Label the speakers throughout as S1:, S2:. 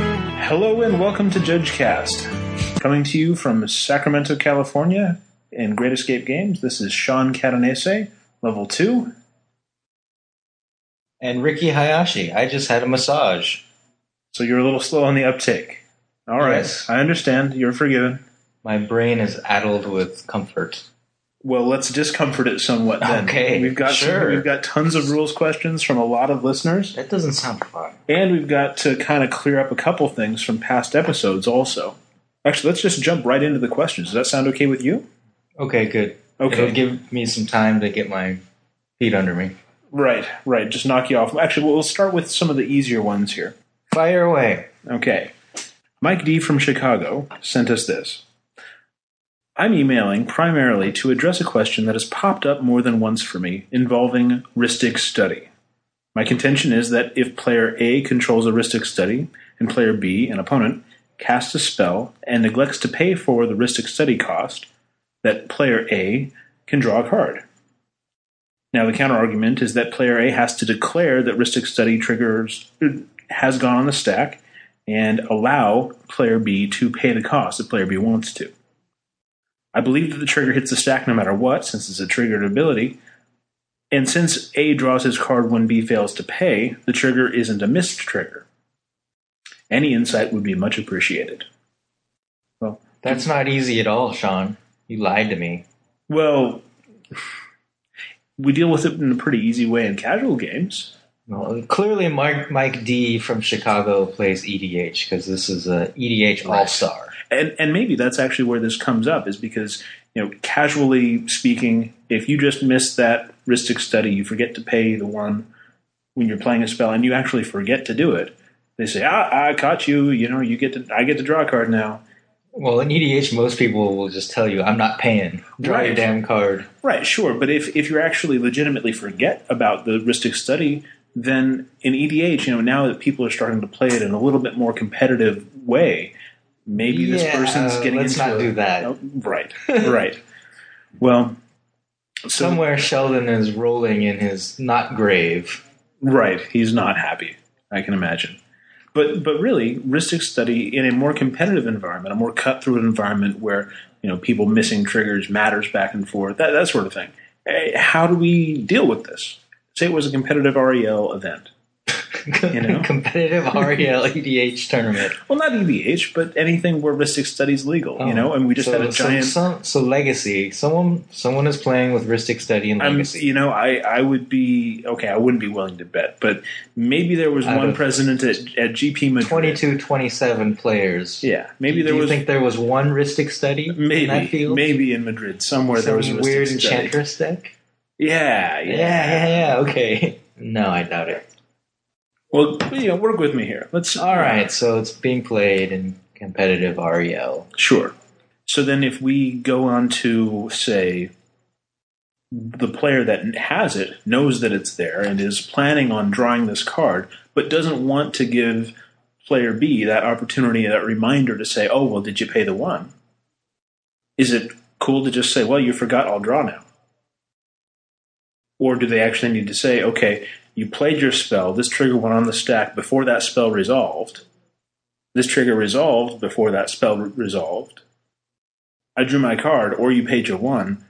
S1: Hello and welcome to Judge Cast. Coming to you from Sacramento, California, in Great Escape Games, this is Sean Catanese, level 2.
S2: And Ricky Hayashi, I just had a massage.
S1: So you're a little slow on the uptake. All right,
S2: Yes.
S1: I understand. You're forgiven.
S2: My brain is addled with comfort.
S1: Well, let's discomfort it somewhat then.
S2: Okay,
S1: we've got
S2: sure.
S1: we've got tons of rules questions from a lot of listeners,
S2: That doesn't sound fun.
S1: and we've got to kind of clear up a couple things from past episodes also. Actually, let's just jump right into the questions. Does that sound okay with you?
S2: Okay, good.
S1: Okay.
S2: It'll give me some time to get my feet under me.
S1: Right, right. Just knock you off. Actually, we'll start with some of the easier ones here.
S2: Fire away.
S1: Okay. Mike D from Chicago sent us this. I'm emailing primarily to address a question that has popped up more than once for me involving Ristic study. My contention is that if player A controls a Ristic study and player B, an opponent, casts a spell and neglects to pay for the Ristic study cost, that player A can draw a card. Now, the counterargument is that player A has to declare that Ristic study triggers uh, has gone on the stack and allow player B to pay the cost if player B wants to. I believe that the trigger hits the stack no matter what, since it's a triggered ability. And since A draws his card when B fails to pay, the trigger isn't a missed trigger. Any insight would be much appreciated. Well,
S2: That's not easy at all, Sean. You lied to me.
S1: well, we deal with it in a pretty easy way in casual games.
S2: Well, clearly, Mike, Mike D from Chicago plays E EDH because this is a E EDH All Star.
S1: and and maybe that's actually where this comes up is because you know casually speaking if you just miss that ristic study you forget to pay the one when you're playing a spell and you actually forget to do it they say ah, i caught you you know you get to i get to draw a card now
S2: Well, in EDH, most people will just tell you, "I'm not paying. Draw your
S1: Right.
S2: damn card."
S1: right sure but if if you actually legitimately forget about the ristic study then in edh you know now that people are starting to play it in a little bit more competitive way maybe this
S2: Yeah,
S1: person's getting
S2: let's
S1: into
S2: not
S1: a-
S2: do that.
S1: Oh, right right well so-
S2: Somewhere, Sheldon is rolling in his not grave.
S1: Right, he's not happy. I can imagine. But but really, Ristic study in a more competitive environment, a more cutthroat environment where you know people missing triggers matters back and forth, that that sort of thing. Eh, How do we deal with this? Say it was a competitive REL event. know?
S2: competitive E REL EDH tournament.
S1: Well, not EDH, but anything where Ristic study's legal, you know. And we just
S2: so,
S1: had a
S2: so-
S1: giant.
S2: So, so legacy. Someone someone is playing with Ristic Study and
S1: I'm,
S2: legacy.
S1: you know, I, I would be okay. I wouldn't be willing to bet, but maybe there was
S2: Out
S1: one
S2: of
S1: president at, at GP Madrid.
S2: 22, 27 players.
S1: Yeah, maybe there
S2: Do you
S1: was
S2: think there was one Ristic Study in that
S1: Maybe,
S2: field?
S1: maybe in Madrid somewhere
S2: Some
S1: there was a
S2: weird
S1: Mystic study.
S2: enchantress deck.
S1: Yeah, yeah,
S2: Yeah, yeah, yeah. Okay. No, I doubt it.
S1: Well, you know, work with me here. Let's.
S2: All right, so it's being played in competitive E REL.
S1: sure. So then, if we go on to say the player that has it knows that it's there and is planning on drawing this card, but doesn't want to give player B that opportunity, that reminder to say, "Oh, well, did you pay the one?" Is it cool to just say, "Well, you forgot, I'll draw now"? Or do they actually need to say, "Okay, you played your spell. This trigger went on the stack before that spell resolved. This trigger resolved before that spell re- resolved. I drew my card, or you paid your one."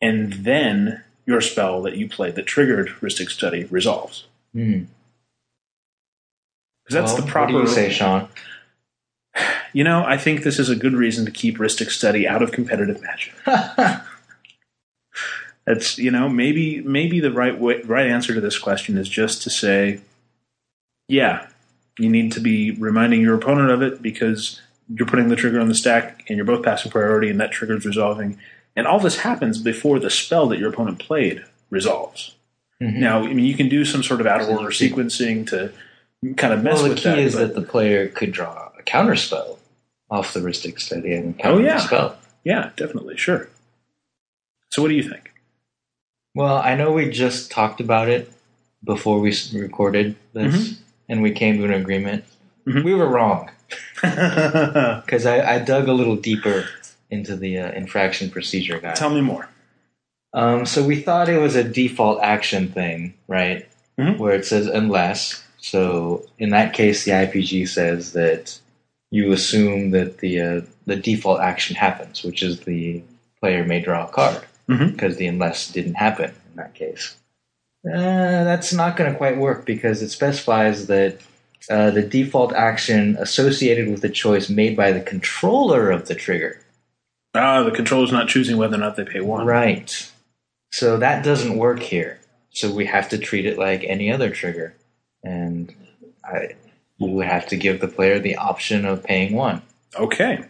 S1: and then your spell that you played that triggered Ristic Study resolves.
S2: Hmm.
S1: 'Cause that's
S2: Well,
S1: the proper.
S2: What do you say, Sean?
S1: You know, I think this is a good reason to keep Ristic Study out of competitive magic. That's you know maybe maybe the right way, right answer to this question is just to say, yeah, you need to be reminding your opponent of it because you're putting the trigger on the stack and you're both passing priority and that trigger's resolving, and all this happens before the spell that your opponent played resolves.
S2: Mhm.
S1: Now, I mean, you can do some sort of out of
S2: So you
S1: order
S2: keep-
S1: sequencing to kind of mess
S2: Well, the
S1: with
S2: key
S1: that.
S2: is
S1: but-
S2: that the player could draw a counter spell off the Ristic Study and
S1: Oh,
S2: counter
S1: yeah.
S2: the spell.
S1: yeah, definitely, sure. So, what do you think?
S2: Well, I know we just talked about it before we s- recorded this,
S1: Mm-hmm.
S2: and we came to an agreement.
S1: Mhm.
S2: We were wrong because I, I dug a little deeper into the uh, infraction procedure guide.
S1: Tell me more.
S2: Um, so we thought it was a default action thing, right?
S1: Mhm.
S2: Where it says unless. So in that case, the IPG says that you assume that the uh, the default action happens, which is the player may draw a card
S1: Mhm.
S2: because the unless didn't happen in that case. Uh, that's not going to quite work because it specifies that uh, the default action associated with the choice made by the controller of the trigger.
S1: Ah, the controller's not choosing whether or not they pay one.
S2: Right. So that doesn't work here. So we have to treat it like any other trigger, and I we would have to give the player the option of paying one.
S1: Okay.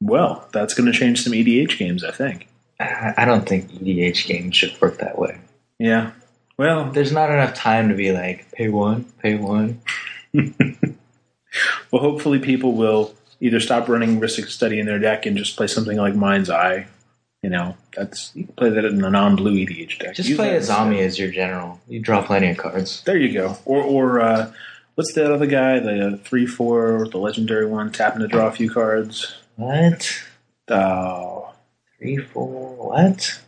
S1: Well, that's going to change some EDH games, I think.
S2: I I don't think EDH games should work that way.
S1: Yeah. Well,
S2: There's not enough time to be like, pay one, pay one.
S1: well, hopefully people will either stop running Ristic Study in their deck and just play something like Mind's Eye. You know, that's you can play that in a non-blue EDH deck.
S2: Just
S1: Use
S2: play
S1: that
S2: a zombie as your general. You draw plenty of cards.
S1: There you go. Or or uh, what's that other guy? The three four, the legendary one, tapping to draw a few cards.
S2: What?
S1: Oh,
S2: Three, four, what?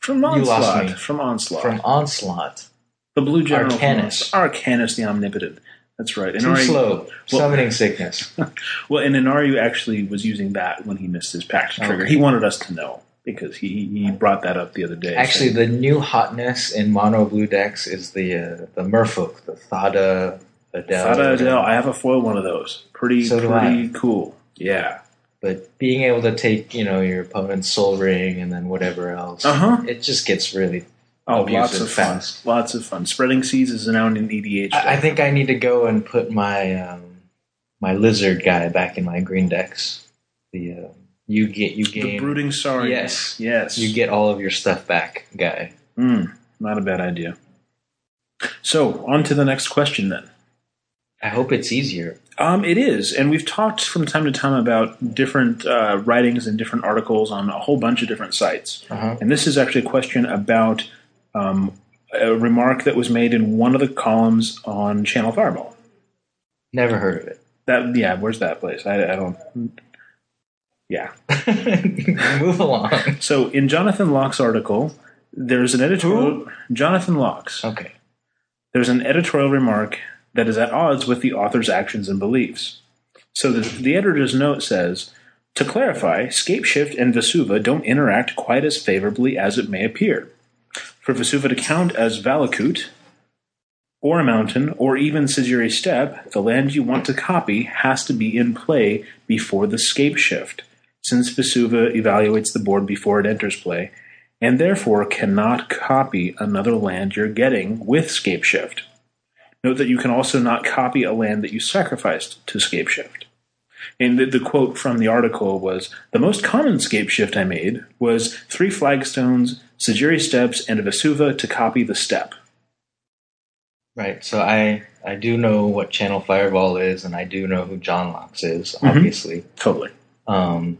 S1: from
S2: You lost
S1: onslaught.
S2: me.
S1: From onslaught.
S2: From Onslaught.
S1: the blue general. from
S2: Arcanus.
S1: Onslaught. Arcanus the omnipotent. That's right. And
S2: Too
S1: Ari-
S2: slow.
S1: well-
S2: Summoning sickness.
S1: Well, and Inaru actually was using that when he missed his pact trigger. He wanted us to know because he he brought that up the other day.
S2: Actually,
S1: saying-
S2: the new hotness in mono blue decks is the uh, the Merfolk, the Thada Adele.
S1: Thada Adele, I have a foil one of those. Pretty
S2: So do
S1: pretty cool. Yeah.
S2: But being able to take you know your opponent's Soul Ring and then whatever else,
S1: Uh-huh.
S2: it just gets really
S1: Oh,
S2: Abusive
S1: lots of fun.
S2: fast.
S1: Lots of fun. Spreading seeds is now in E EDH.
S2: I, I
S1: deck.
S2: think I need to go and put my um, my lizard guy back in my green decks. The um, you get you
S1: the
S2: gain
S1: brooding sorry.
S2: Yes.
S1: Yes.
S2: you get all of your stuff back, guy.
S1: Mm, not a bad idea. So, on to the next question then.
S2: I hope it's easier.
S1: Um, it is, and we've talked from time to time about different uh, writings and different articles on a whole bunch of different sites.
S2: Uh-huh.
S1: And this is actually a question about um, a remark that was made in one of the columns on Channel Fireball.
S2: Never heard of
S1: That yeah, where's that place? I, I don't. Yeah.
S2: it. Move along.
S1: So in Jonathan Locke's article, there's an editorial. Jonathan Locke's.
S2: Okay.
S1: there's an editorial remark that is at odds with the author's actions and beliefs. So the, the editor's note says To clarify, Scapeshift and Vesuva don't interact quite as favorably as it may appear. For Vesuva to count as Valakut, or a mountain, or even Caesure Steppe, the land you want to copy has to be in play before the Scapeshift, since Vesuva evaluates the board before it enters play, and therefore cannot copy another land you're getting with Scapeshift. Note that you can also not copy a land that you sacrificed to Scapeshift. And the, the quote from the article was The most common Scapeshift I made was three flagstones, Sajiri steps, and a Vesuva to copy the step.
S2: Right. So I I do know what Channel Fireball is, and I do know who John Locks is, obviously.
S1: Totally.
S2: Um,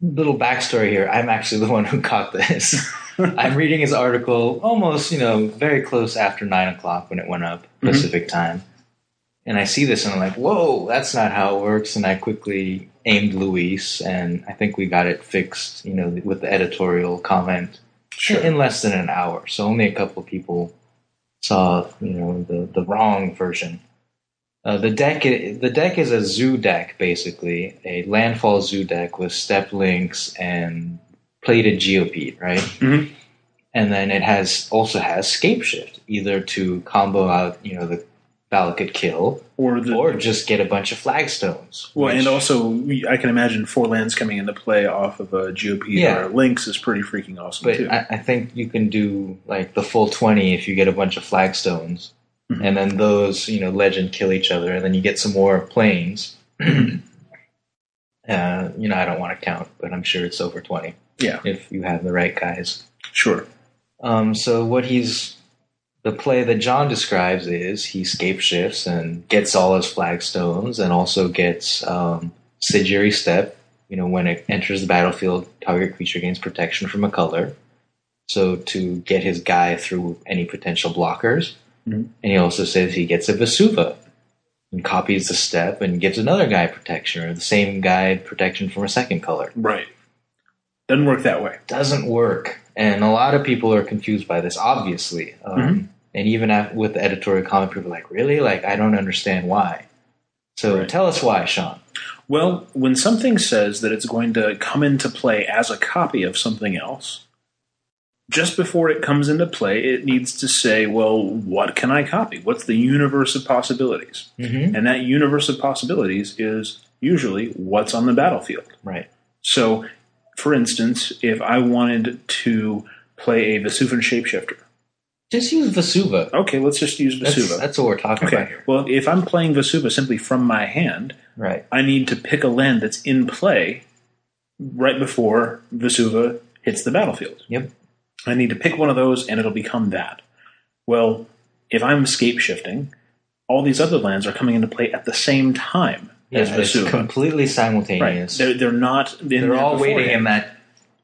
S2: little backstory here. I'm actually the one who caught this. I'm reading his article almost, you know, very close after nine o'clock when it went up Pacific time. And I see this and I'm like, whoa, that's not how it works. And I quickly aimed Luis and I think we got it fixed, you know, with the editorial comment in less than an hour. So only a couple people saw, you know, the, the wrong version. Uh, the deck i- the deck is a zoo deck basically, a landfall zoo deck with step links and plated geopede, right?
S1: Mhm.
S2: And then it has also has scape shift, either to combo out, you know, the Valakut kill,
S1: Or the.
S2: or just get a bunch of flagstones.
S1: Mm-hmm. well,
S2: which-
S1: and also, we- I can imagine four lands coming into play off of a GOP
S2: Yeah.
S1: or a Lynx is pretty freaking awesome,
S2: But
S1: too.
S2: I, I think you can do like the full twenty if you get a bunch of flagstones,
S1: Mm-hmm.
S2: and then those you know legend kill each other, and then you get some more planes. uh, you know, I don't want to count, but I'm sure it's over twenty
S1: yeah,
S2: if you have the right guys.
S1: sure.
S2: Um, so what he's the play that John describes is he scape shifts and gets all his flagstones and also gets um, Sigiri step. You know, when it enters the battlefield, target creature gains protection from a color. So to get his guy through any potential blockers,
S1: Mhm.
S2: and he also says he gets a Vesuva and copies the step and gives another guy protection or the same guy protection from a second color
S1: Right. Doesn't work that way.
S2: doesn't work, and a lot of people are confused by this. Obviously,
S1: Mm-hmm.
S2: um, and even at, with the editorial comment, people are like, "Really? Like, I don't understand why." So tell us why, Sean.
S1: Well, when something says that it's going to come into play as a copy of something else, just before it comes into play, it needs to say, well, what can I copy? What's the universe of possibilities?
S2: Mm-hmm.
S1: And that universe of possibilities is usually what's on the battlefield.
S2: Right.
S1: So, for instance, if I wanted to play a Vesuvan shapeshifter,
S2: Just use Vesuva.
S1: okay, let's just use
S2: That's,
S1: Vesuva.
S2: that's what we're talking about
S1: okay,
S2: here.
S1: well, if I'm playing Vesuva simply from my hand,
S2: Right.
S1: I need to pick a land that's in play right before Vesuva hits the battlefield.
S2: Yep.
S1: I need to pick one of those and it'll become that. Well, if I'm scape shifting, all these other lands are coming into play at the same time
S2: Yeah,
S1: as
S2: it's
S1: Vesuva.
S2: completely
S1: Right.
S2: simultaneous.
S1: They're, they're not in
S2: They're
S1: there
S2: all waiting
S1: beforehand.
S2: in that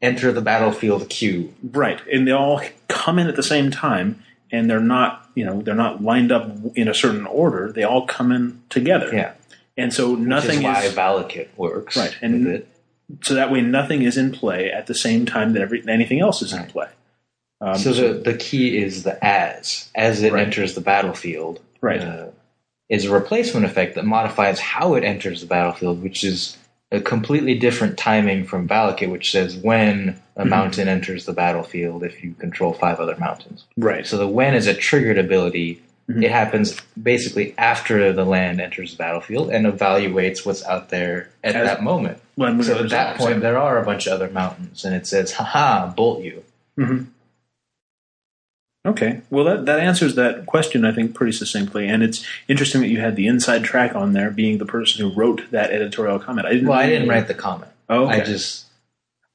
S2: enter the battlefield queue.
S1: Right, and they all come in at the same time, and they're not, you know, they're not lined up in a certain order. They all come in together.
S2: Yeah.
S1: and so
S2: Nothing
S1: nothing
S2: is why
S1: is
S2: Valakut works.
S1: Right, and-
S2: with it.
S1: so that way nothing is in play at the same time that every, anything else is in play. Um,
S2: so the, the key is the as as it
S1: Right.
S2: enters the battlefield.
S1: Right.
S2: uh, is a replacement effect that modifies how it enters the battlefield, which is a completely different timing from Valakut, which says when a
S1: Mm-hmm.
S2: mountain enters the battlefield if you control five other mountains.
S1: right,
S2: So the when is a triggered ability.
S1: Mm-hmm.
S2: It happens basically after the land enters the battlefield and evaluates what's out there at
S1: As-
S2: that moment.
S1: when,
S2: So at that point, there are a bunch of other mountains, and it says, haha, bolt you.
S1: Okay. Well, that, that answers that question, I think, pretty succinctly. And it's interesting that you had the inside track on there, being the person who wrote that editorial comment. I didn't.
S2: Well, I didn't write the comment.
S1: Oh, okay.
S2: I just,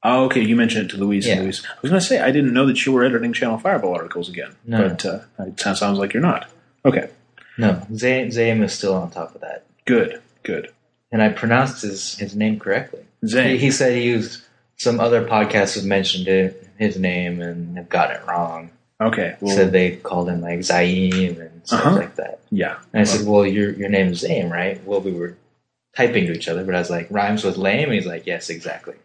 S1: Oh, okay. You mentioned it to Louise.
S2: Yeah.
S1: And Louise, I was going to say I didn't know that you were editing Channel Fireball articles again,
S2: No.
S1: but uh, it sounds sounds like you're not. Okay.
S2: no, Zayn Zayn is still on top of that.
S1: Good. Good.
S2: And I pronounced his, his name correctly. He,
S1: Zane.
S2: he said he used some other podcasts have mentioned it, his name and have gotten it wrong.
S1: Okay. Well,
S2: said they called him like Zaim and stuff
S1: Uh-huh.
S2: like that.
S1: yeah.
S2: And I said, "Well, your your name is Zaim, right?" Well, we were typing to each other, but I was like, "Rhymes with lame," and he's like, "Yes, exactly."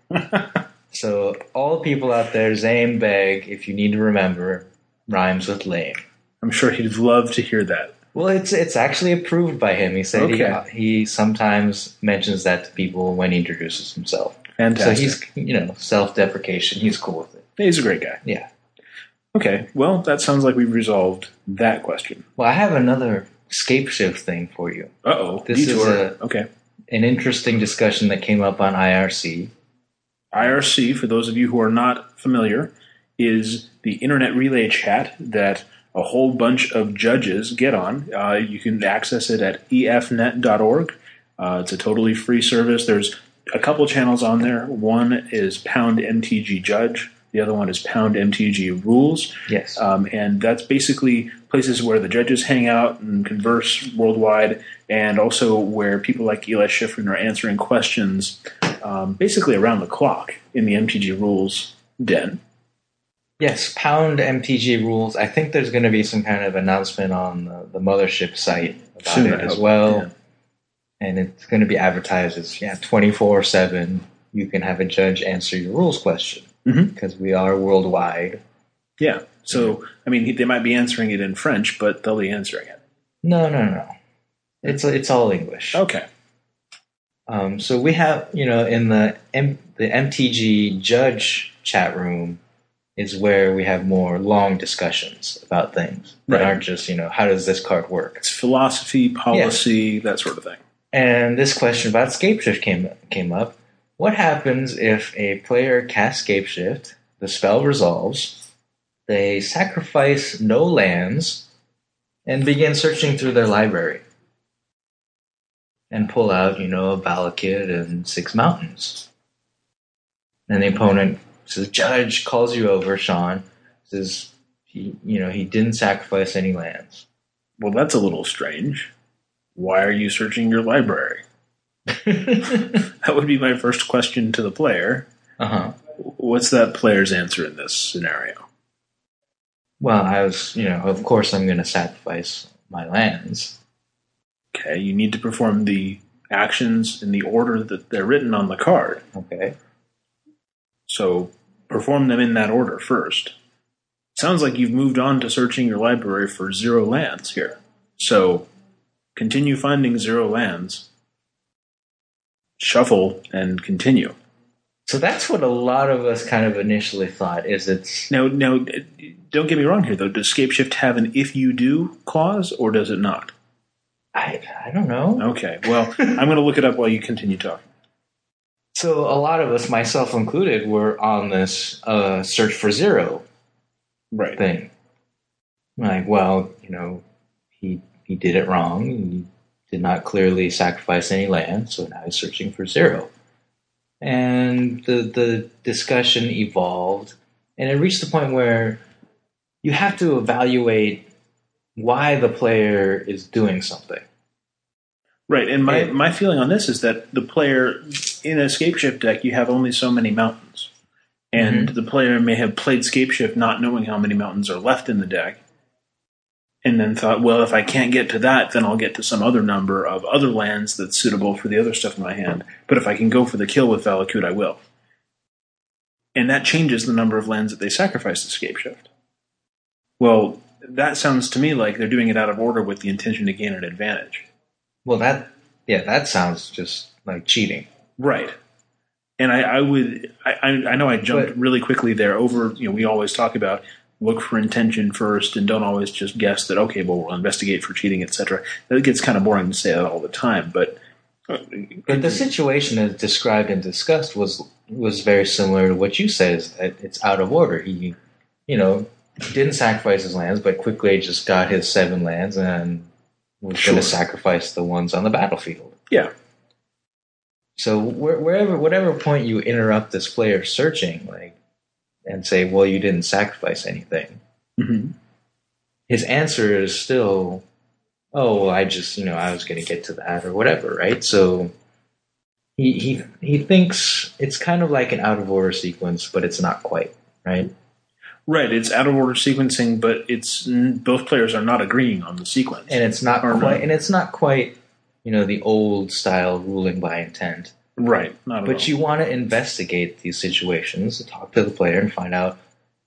S2: so all the people out there, Zaim Beg, if you need to remember, rhymes with lame.
S1: I'm sure he'd love to hear that.
S2: Well, it's it's actually approved by him. He said
S1: Okay.
S2: he, he sometimes mentions that to people when he introduces himself.
S1: Fantastic.
S2: So he's you know self deprecation. He's cool with it.
S1: he's a great guy.
S2: Yeah.
S1: Okay. Well, that sounds like we've resolved that question.
S2: Well, I have another scape shift thing for you.
S1: Uh oh.
S2: This is
S1: okay.
S2: An interesting discussion that came up on IRC.
S1: IRC, for those of you who are not familiar, is the internet relay chat that a whole bunch of judges get on. Uh, you can access it at E efnet.org. Uh, it's a totally free service. There's a couple channels on there. One is Pound MTG Judge. The other one is Pound MTG Rules.
S2: Yes.
S1: Um, and that's basically places where the judges hang out and converse worldwide, and also where people like Eli Schifrin are answering questions um, basically around the clock in the MTG rules den.
S2: Yes, pound MTG rules. I think there's going to be some kind of announcement on the, the mothership site about
S1: Soon, I
S2: it as
S1: hope,
S2: well,
S1: yeah.
S2: and it's going to be advertised as yeah, twenty four seven. You can have a judge answer your rules question
S1: Mhm.
S2: because we are worldwide.
S1: Yeah. So, I mean, he- they might be answering it in French, but they'll be answering it.
S2: No, no, no. It's it's all English.
S1: Okay.
S2: Um, so we have you know in the M- the MTG judge chat room is where we have more long discussions about things that
S1: Right.
S2: aren't just you know how does this card work.
S1: It's philosophy, policy, that sort of thing.
S2: And this question about scapeshift came came up. What happens if a player casts scapeshift, the spell resolves, they sacrifice no lands, and begin searching through their library? And pull out, you know, a Valakid and six mountains. And the opponent says, Judge calls you over, Sean, says he you know, he didn't sacrifice any lands.
S1: Well, that's a little strange. Why are you searching your library?
S2: uh-huh.
S1: That would be my first question to the player. What's that player's answer in this scenario?
S2: Well, I was, you know, of course I'm going to sacrifice my lands.
S1: Okay, you need to perform the actions in the order that they're written on the card.
S2: Okay.
S1: So perform them in that order first. Sounds like you've moved on to searching your library for zero lands here. So continue finding zero lands shuffle and continue.
S2: So that's what a lot of us kind of initially thought is it's
S1: Now, now, don't get me wrong here though. Does scape shift have an if you do clause or does it not?
S2: I I don't know.
S1: Okay, well, I'm going to look it up while you continue talking.
S2: So a lot of us, myself included, were on this uh, search for zero
S1: Right.
S2: thing. Like, well, you know, he he did it wrong. He did not clearly sacrifice any land, so now he's searching for zero. And the the discussion evolved, and it reached the point where you have to evaluate why the player is doing something.
S1: Right, and my,
S2: Yeah.
S1: my feeling on this is that the player in a scape shift deck, you have only so many mountains, and the player may have played scape shift not knowing how many mountains are left in the deck, and then thought, well, if I can't get to that, then I'll get to some other number of other lands that's suitable for the other stuff in my hand. But if I can go for the kill with Valakut, I will. And that changes the number of lands that they sacrifice to scape shift. Well, that sounds to me like they're doing it out of order with the intention to gain an advantage.
S2: Well, that yeah, that sounds just like cheating.
S1: Right. And I, I would, I, I I know I jumped
S2: But-
S1: really quickly there over, you know, we always talk about look for intention first and don't always just guess that, okay, well, we'll investigate for cheating, etc. That gets kind of boring to say that all the time, but
S2: But
S1: Mm-hmm.
S2: the situation as described and discussed was was very similar to what you said. Is that it's out of order. He, you know, didn't sacrifice his lands, but quickly just got his seven lands and was
S1: Sure.
S2: going to sacrifice the ones on the battlefield.
S1: yeah,
S2: So where, wherever, whatever point you interrupt this player searching, like, and say, "Well, you didn't sacrifice anything," Mm-hmm.
S1: hmm
S2: his answer is still, "Oh, well, I just you know I was going to get to that or whatever," right? So he he he thinks it's kind of like an out of order sequence, but it's not quite right.
S1: right. It's out of order sequencing, but it's n- both players are not agreeing on the sequence.
S2: And it's not
S1: Or
S2: quite,
S1: not.
S2: and it's not quite you know the old style ruling by intent.
S1: right. Not at all.
S2: But you want to investigate these situations, talk to the player, and find out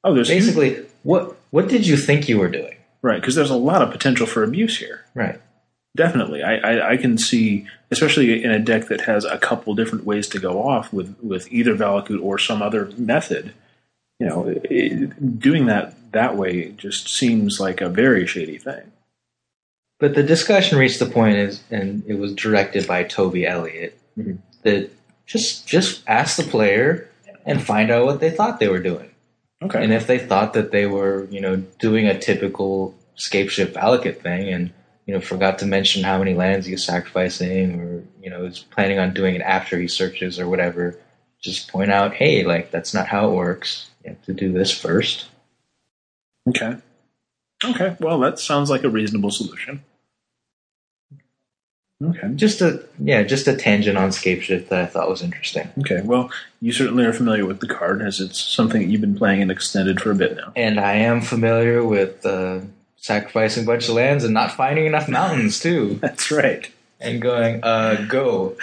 S1: oh, there's basically
S2: basically what what did you think you were doing,
S1: right because there's a lot of potential for abuse here.
S2: right?
S1: Definitely, I, I, I can see, especially in a deck that has a couple different ways to go off with, with either Valakut or some other method. You know, it- it, doing that that way just seems like a very shady thing.
S2: But the discussion reached the point, is, and it was directed by Toby Elliott,
S1: Mhm.
S2: that just just ask the player and find out what they thought they were doing,
S1: Okay,
S2: and if they thought that they were, you know, doing a typical scape ship allocate thing, and you know, forgot to mention how many lands he's sacrificing, or you know, is planning on doing it after he searches or whatever. Just point out, hey, like that's not how it works. You have to do this first.
S1: okay, okay. Well, that sounds like a reasonable solution. Okay,
S2: Just a yeah, just a tangent on scape shift that I thought was interesting.
S1: okay. Well, you certainly are familiar with the card, as it's something that you've been playing and extended for a bit now.
S2: And I am familiar with uh, sacrificing a bunch of lands and not finding enough mountains too,
S1: That's right.
S2: and going uh, go.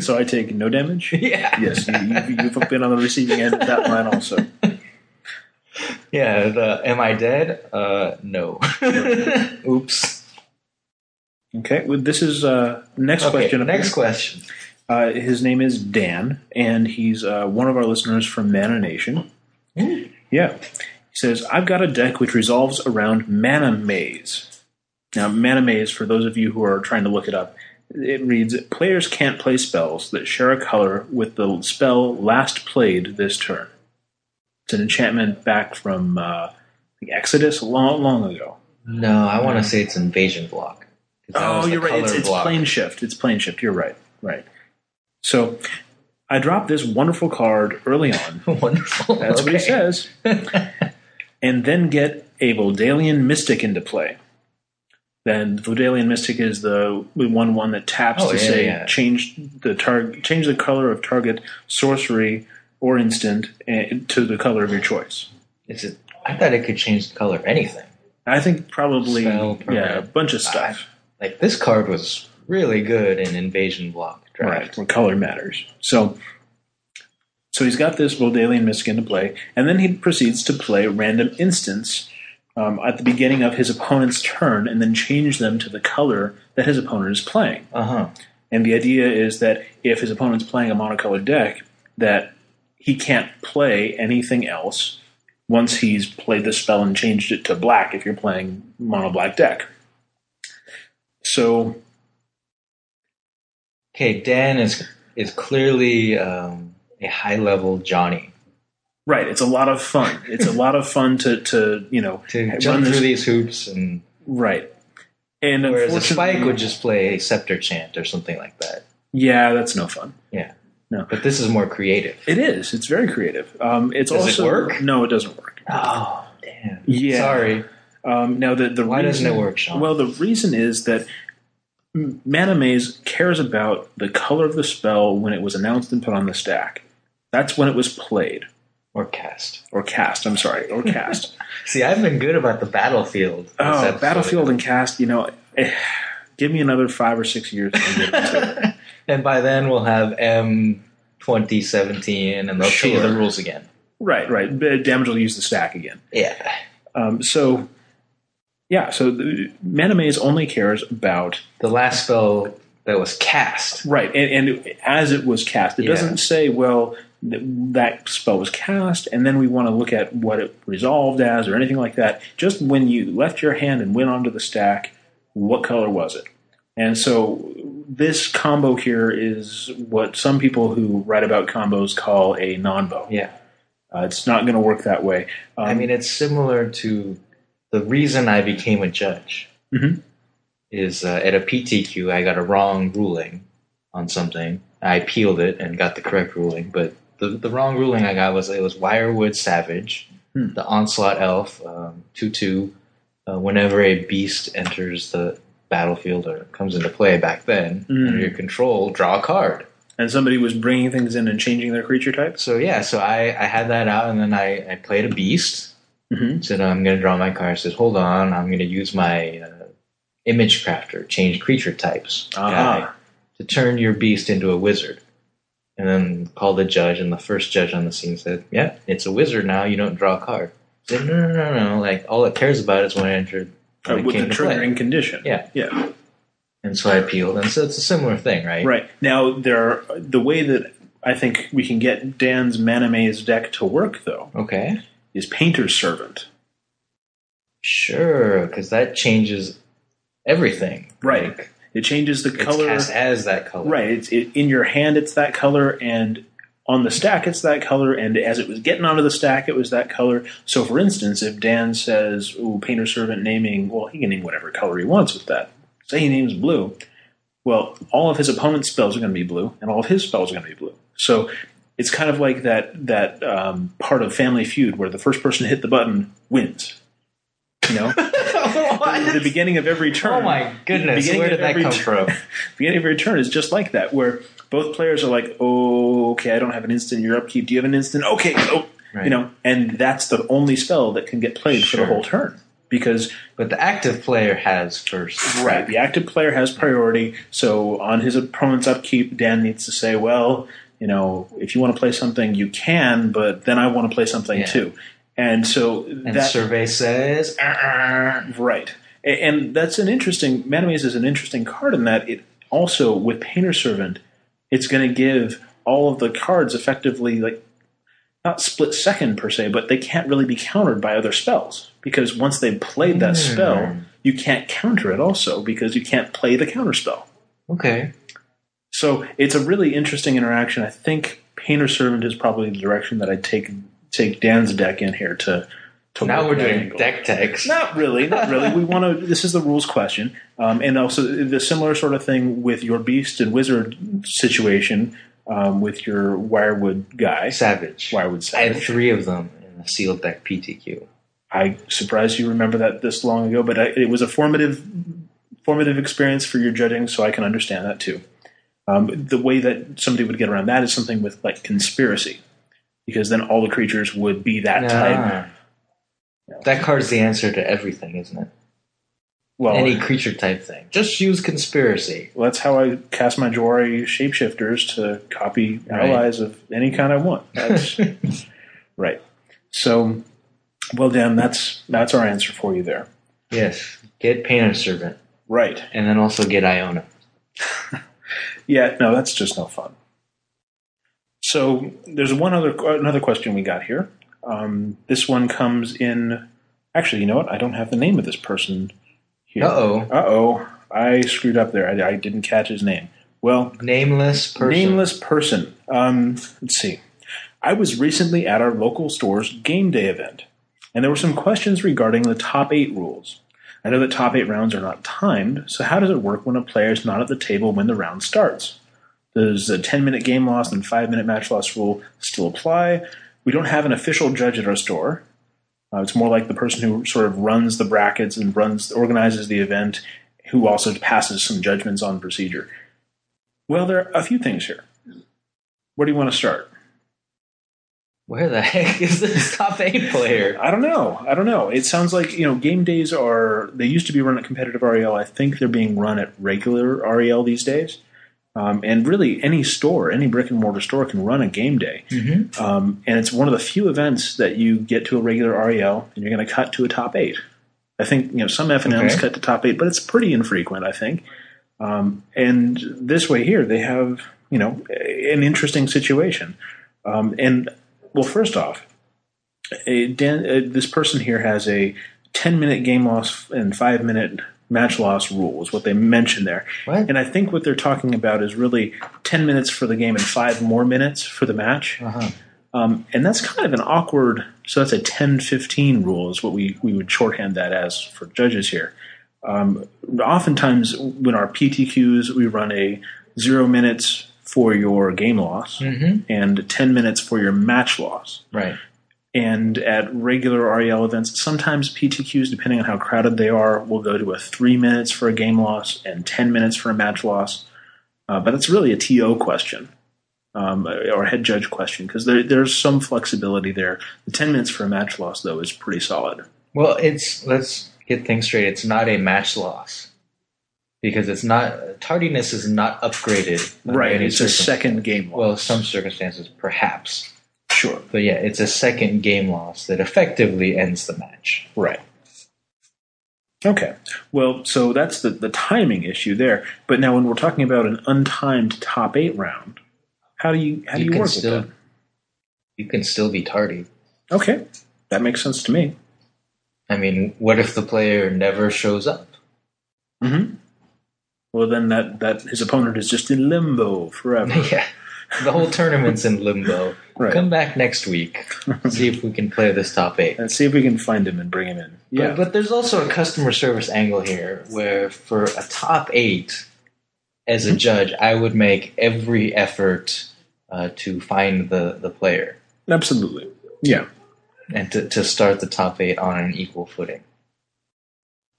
S1: so I take no damage.
S2: Yeah,
S1: yes, you, you, you've been on the receiving end of that line also.
S2: yeah. The am I dead? Uh, no. Oops.
S1: Okay, well, this is uh, next
S2: Okay,
S1: question.
S2: next question.
S1: Uh, his name is Dan, and he's uh, one of our listeners from Mana Nation. Yeah. He says, I've got a deck which resolves around Mana Maze. Now, Mana Maze, for those of you who are trying to look it up, it reads Players can't play spells that share a color with the spell last played this turn. It's an enchantment back from uh, the Exodus long, long ago.
S2: No, I want to say it's invasion block. 'Cause that was
S1: Oh,
S2: the
S1: you're right.
S2: color
S1: It's, it's
S2: block.
S1: plane shift. It's plane shift. You're right. Right. So I dropped this wonderful card early on.
S2: Wonderful.
S1: That's what he
S2: Okay.
S1: says. and then get a Vodalian Mystic into play. Then Vodalian Mystic is the one one that taps
S2: Oh,
S1: to
S2: yeah,
S1: say
S2: yeah.
S1: change the tar- change the color of target sorcery or instant eh, to the color of your choice.
S2: Is it? I thought it could change the color of anything.
S1: I think probably
S2: Spell,
S1: yeah, a
S2: permanent.
S1: bunch of stuff.
S2: Like this card was really good in invasion block draft.
S1: Right, where color matters. So, so he's got this Voldalian Mystic into play, and then he proceeds to play random instants um, at the beginning of his opponent's turn, and then change them to the color that his opponent is playing.
S2: Uh huh.
S1: And the idea is that if his opponent's playing a monocolored deck, that he can't play anything else once he's played the spell and changed it to black if you're playing mono black deck. So
S2: Okay, Dan is is clearly um, a high level Johnny.
S1: right, it's a lot of fun. It's a lot of fun to to you know
S2: To
S1: run
S2: jump
S1: this-
S2: through these hoops and
S1: right. And
S2: whereas a
S1: unfortunately-
S2: Spike would just play a scepter chant or something like that.
S1: yeah, that's no fun.
S2: Yeah.
S1: No.
S2: But this is more creative.
S1: It is. It's very creative. Um, it's
S2: Does it
S1: also
S2: work?
S1: No, it doesn't work.
S2: Oh damn.
S1: Yeah.
S2: Sorry.
S1: Um, now the the
S2: Why doesn't
S1: reason-
S2: it work, Sean?
S1: Well, the reason is that M- Mana Maze cares about the color of the spell when it was announced and put on the stack. That's when it was played
S2: or cast.
S1: or cast. I'm sorry, or cast.
S2: See, I've been good about the battlefield. this
S1: oh,
S2: episode.
S1: Battlefield and cast. You know, eh, give me another five or six years. And I'll get into it.
S2: and by then we'll have M twenty seventeen and they'll change
S1: Sure.
S2: the rules again.
S1: right, right. B- Damage will use the stack again.
S2: Yeah.
S1: Um, so, yeah. So the, Mana Maze only cares about
S2: The last spell that was cast.
S1: Right, and, and as it was cast, it
S2: Yeah.
S1: doesn't say, well, th- that spell was cast, and then we want to look at what it resolved as or anything like that. Just when you left your hand and went onto the stack, what color was it? And so this combo here is what some people who write about combos call a non-bow.
S2: Yeah.
S1: Uh, it's not going to work that way. Um,
S2: I mean, it's similar to the reason I became a judge.
S1: Mhm.
S2: Is uh, at a PTQ, I got a wrong ruling on something. I appealed it and got the correct ruling, but the, the wrong ruling I got was it was Wirewood Savage,
S1: Hmm.
S2: the Onslaught Elf, um, 2 2. Uh, whenever a beast enters the battlefield or comes into play back then,
S1: Mm.
S2: under your control, draw a card.
S1: and somebody was bringing things in and changing their creature types.
S2: So, yeah, so I, I had that out, and then I, I played a beast.
S1: Mm-hmm.
S2: said, I'm going to draw my card. Says, hold on, I'm going to use my uh, image crafter, change creature types guy,
S1: Ah,
S2: to turn your beast into a wizard. And then called the judge, and the first judge on the scene said, yeah, it's a wizard now. You don't draw a card. I said, no, no, no, no. Like, all it cares about is when it entered.
S1: uh,
S2: When it
S1: with the
S2: came to play."
S1: triggering condition.
S2: Yeah.
S1: yeah.
S2: And so I appealed. And so it's a similar thing, right?
S1: Right now, there are, the way that I think we can get Dan's Maname's deck to work though
S2: Okay.
S1: is Painter's Servant.
S2: Sure, because that changes everything.
S1: Right.
S2: Like,
S1: It changes the
S2: it's
S1: color.
S2: cast as that color.
S1: Right. It's it, in your hand. It's that color, and on the stack, it's that color. And as it was getting onto the stack, it was that color. So, for instance, if Dan says, "Ooh, Painter's Servant," naming well, he can name whatever color he wants with that. Say he names blue. Well, all of his opponent's spells are going to be blue, and all of his spells are going to be blue. So. It's kind of like that that um, part of Family Feud where the first person to hit the button wins. You know,
S2: What?
S1: the beginning of every turn.
S2: Oh my goodness,
S1: beginning
S2: where
S1: of
S2: did that
S1: every
S2: come
S1: turn-
S2: from?
S1: beginning of your turn is just like that, where both players are like, "Oh, okay, I don't have an instant. Your upkeep. Do you have an instant? Okay, oh,
S2: Right.
S1: you know." And that's the only spell that can get played for the
S2: Sure.
S1: whole turn because
S2: But the active player has first.
S1: right, the active player has priority. So on his opponent's upkeep, Dan needs to say, "Well, you know, if you want to play something, you can, but then I want to play something
S2: Yeah.
S1: too." And so
S2: And
S1: that
S2: survey says, "Uh-uh."
S1: Right. A- And that's an interesting, Mana Maze is an interesting card in that it also, with Painter Servant, it's going to give all of the cards effectively, like, not split second per se, but they can't really be countered by other spells. Because once they've played that spell,
S2: Hmm.
S1: you can't counter it also, because you can't play the counter spell.
S2: okay.
S1: So it's a really interesting interaction. I think Painter Servant is probably the direction that I'd take take Dan's deck in here to. to
S2: Now
S1: work
S2: we're
S1: that
S2: doing
S1: angle.
S2: deck techs.
S1: Not really, not really. We want to. This is the rules question, um, and also the similar sort of thing with your beast and wizard situation um, with your wirewood guy.
S2: Savage.
S1: Wirewood
S2: I had
S1: savage.
S2: three of them in a sealed deck PTQ.
S1: I surprised you remember that this long ago, but I, it was a formative, formative experience for your judging, so I can understand that too. Um, the way that somebody would get around that is something with like conspiracy, because then all the creatures would be that type.
S2: Ah. That card's the answer to everything, isn't it?
S1: Well,
S2: Any creature type thing. Just use conspiracy.
S1: Well, that's how I cast my Jawari shapeshifters to copy
S2: Right.
S1: allies of any kind I want. That's right. So, well, Dan, that's that's our answer for you there.
S2: yes. Get Painter Servant.
S1: Right.
S2: And then also get Iona.
S1: Yeah, no, that's just no fun. So there's one other another question we got here. Um, this one comes in. Actually, you know what? I don't have the name of this person here.
S2: Uh-oh.
S1: Uh oh. I screwed up there. I, I didn't catch his name. Well,
S2: Nameless person.
S1: nameless person. Um, let's see. I was recently at our local store's game day event, and there were some questions regarding the top eight rules. I know that top eight rounds are not timed, so how does it work when a player is not at the table when the round starts? Does the 10 minute game loss and 5 minute match loss rule still apply? We don't have an official judge at our store. Uh, it's more like the person who sort of runs the brackets and runs organizes the event, who also passes some judgments on procedure. Well, there are a few things here. Where do you want to start?
S2: Where the heck is this top eight player?
S1: I don't know. I don't know. It sounds like, you know, game days are, they used to be run at competitive REL. I think they're being run at regular REL these days. Um, and really, any store, any brick and mortar store can run a game day. Um, and it's one of the few events that you get to a regular REL and you're going to cut to a top eight. I think, you know, some F&Ms
S2: Okay.
S1: cut to top eight, but it's pretty infrequent, I think. Um, and this way here, they have, you know, a- an interesting situation. Um, and, well, first off, a Dan, uh, this person here has a 10 minute game loss and 5 minute match loss rule, is what they mentioned there.
S2: What?
S1: And I think what they're talking about is really 10 minutes for the game and 5 more minutes for the match.
S2: Uh-huh.
S1: Um, and that's kind of an awkward, so that's a 10 15 rule, is what we, we would shorthand that as for judges here. Um, oftentimes, when our PTQs, we run a 0 minutes for your game loss
S2: Mm-hmm.
S1: and 10 minutes for your match loss
S2: Right.
S1: and at regular REL events, sometimes PTQs, depending on how crowded they are, will go to a three minutes for a game loss and ten minutes for a match loss. Uh, but it's really a TO question um, or a head judge question because there, there's some flexibility there. The ten minutes for a match loss, though, is pretty solid.
S2: Well, it's let's get things straight. It's not a match loss because it's not tardiness is not upgraded. under any
S1: It's a
S2: circum-
S1: second game loss.
S2: Well, some circumstances, perhaps.
S1: sure.
S2: But yeah, it's a second game loss that effectively ends the match.
S1: Right. Okay. Well, so that's the, the timing issue there. But now, when we're talking about an untimed top eight round, how do you how do you,
S2: can
S1: work
S2: still
S1: with that?
S2: you can still be tardy.
S1: Okay, that makes sense to me.
S2: I mean, what if the player never shows up?
S1: Mm-hmm. Well, then that that his opponent is just in limbo forever.
S2: yeah. The whole tournament's in limbo.
S1: Right.
S2: Come back next week. See if we can play this top eight.
S1: Let's see if we can find him and bring him in.
S2: But, but there's also a customer service angle here where for a top eight, as a judge, I would make every effort uh, to find the, the player
S1: absolutely. Yeah.
S2: and to, to start the top eight on an equal footing.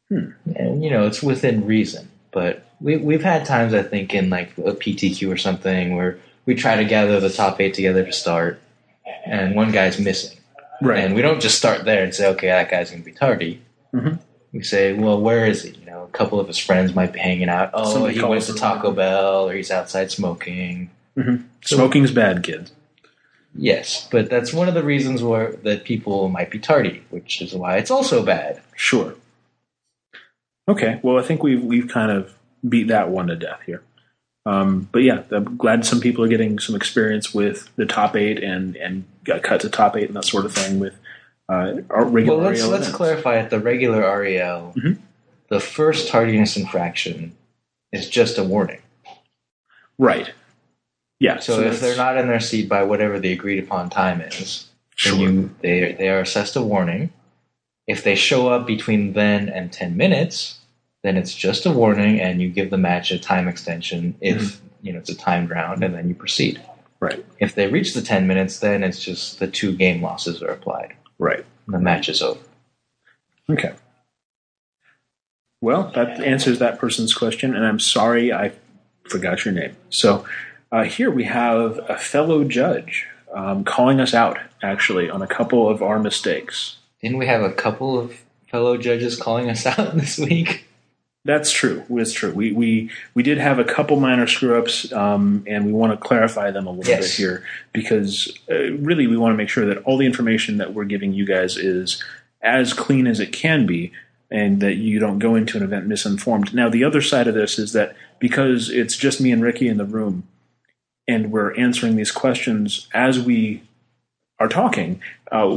S1: Hmm.
S2: And, you know, it's within reason. But we, we've had times, I think, in like a PTQ or something where we try to gather the top eight together to start, and one guy's missing.
S1: Right.
S2: And we don't just start there and say, okay, that guy's going to be tardy.
S1: Mhm.
S2: We say, well, where is he? You know, a couple of his friends might be hanging out. Oh,
S1: Somebody
S2: he
S1: calls
S2: went to
S1: him.
S2: Taco Bell or he's outside smoking.
S1: Mhm. Smoking's bad, kids.
S2: Yes, but that's one of the reasons where that people might be tardy, which is why it's also bad.
S1: Sure. Okay. Well, I think we've we've kind of beat that one to death here. Um, but yeah, I'm glad some people are getting some experience with the top eight and and got cut to top eight and that sort of thing with uh, our regular.
S2: Well, let's
S1: REL
S2: let's
S1: events.
S2: clarify at the regular REL,
S1: Mhm.
S2: the first tardiness infraction is just a warning.
S1: Right. Yeah.
S2: So, if
S1: that's-
S2: they're not in their seat by whatever the agreed upon time is,
S1: Sure.
S2: then you, they they are assessed a warning. If they show up between then and ten minutes, then it's just a warning, and you give the match a time extension if
S1: Hmm.
S2: you know it's a timed round, and then you proceed.
S1: Right.
S2: If they reach the ten minutes, then it's just the two game losses are applied.
S1: Right.
S2: and The match is over.
S1: Okay. Well, that answers that person's question, and I'm sorry I forgot your name. So uh, here we have a fellow judge um, calling us out, actually, on a couple of our mistakes.
S2: Didn't we have a couple of fellow judges calling us out this week?
S1: That's true. It's true. We we we did have a couple minor screw ups, um, and we want to clarify them a little
S2: Yes.
S1: bit here because uh, really we want to make sure that all the information that we're giving you guys is as clean as it can be, and that you don't go into an event misinformed. Now, the other side of this is that because it's just me and Ricky in the room, and we're answering these questions as we are talking, uh,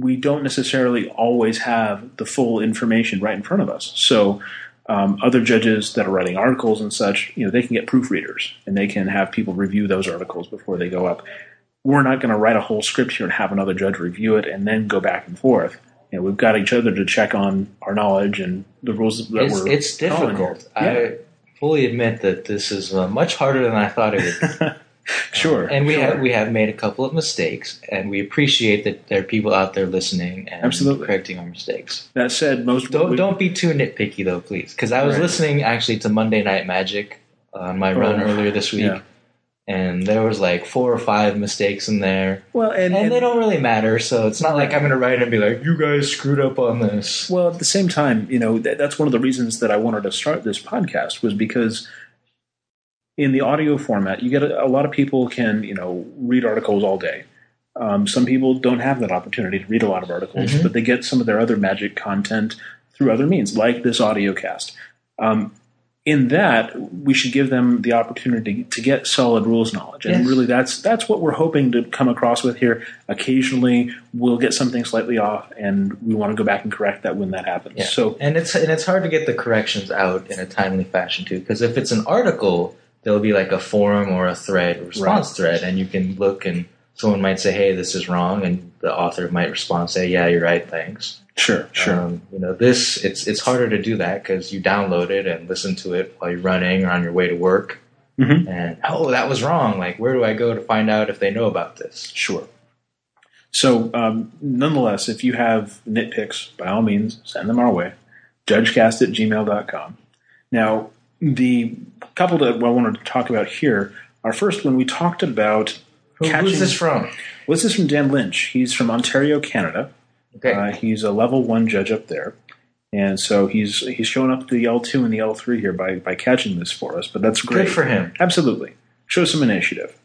S1: we don't necessarily always have the full information right in front of us. So, um, other judges that are writing articles and such, you know, they can get proofreaders and they can have people review those articles before they go up. We're not going to write a whole script here and have another judge review it and then go back and forth. You know, we've got each other to check on our knowledge and the rules that
S2: It's,
S1: we're.
S2: it's
S1: calling
S2: difficult.
S1: here.
S2: I fully admit that this is uh, much harder than I thought it would be.
S1: sure.
S2: and we
S1: sure.
S2: have we have made a couple of mistakes, and we appreciate that there are people out there listening and
S1: Absolutely.
S2: correcting our mistakes.
S1: that said, most
S2: Don't
S1: we-
S2: don't be too nitpicky though, please, because I was
S1: Right.
S2: listening actually to Monday Night Magic on my run
S1: Oh,
S2: earlier this week,
S1: yeah.
S2: and there was like four or five mistakes in there,
S1: well,
S2: and, they don't really matter. So it's not like I'm going to write and be like, "You guys screwed up on this."
S1: Well, at the same time, you know, that, that's one of the reasons that I wanted to start this podcast was because in the audio format, you get a, a lot of people can, you know, read articles all day. Um, some people don't have that opportunity to read a lot of articles,
S2: Mhm.
S1: but they get some of their other magic content through other means, like this audio cast. Um, in that, we should give them the opportunity to get solid rules knowledge, and
S2: Yes.
S1: really, that's that's what we're hoping to come across with here. Occasionally, we'll get something slightly off, and we want to go back and correct that when that happens.
S2: Yeah.
S1: So,
S2: and it's and it's hard to get the corrections out in a timely fashion too, because if it's an article, there'll be like a forum or a thread, a response thread, and you can look and someone might say, "Hey, this is wrong," and the author might respond, say, "Yeah, you're right, thanks."
S1: sure, sure,
S2: Um, you know, this it's it's harder to do that because you download it and listen to it while you're running or on your way to work,
S1: Mhm.
S2: and oh, that was wrong. Like, where do I go to find out if they know about this?
S1: sure. So, um, nonetheless, if you have nitpicks, by all means, send them our way. Judgecast at gmail.com. Now, the couple that I wanted to talk about here are first when we talked about
S2: Who,
S1: Catching-
S2: who's this from?
S1: What's this from Dan Lynch? He's from Ontario, Canada.
S2: Okay,
S1: Uh, he's a level one judge up there, and so he's he's showing up the L two and the L three here by by catching this for us. But that's great
S2: good for him.
S1: Absolutely, show some initiative.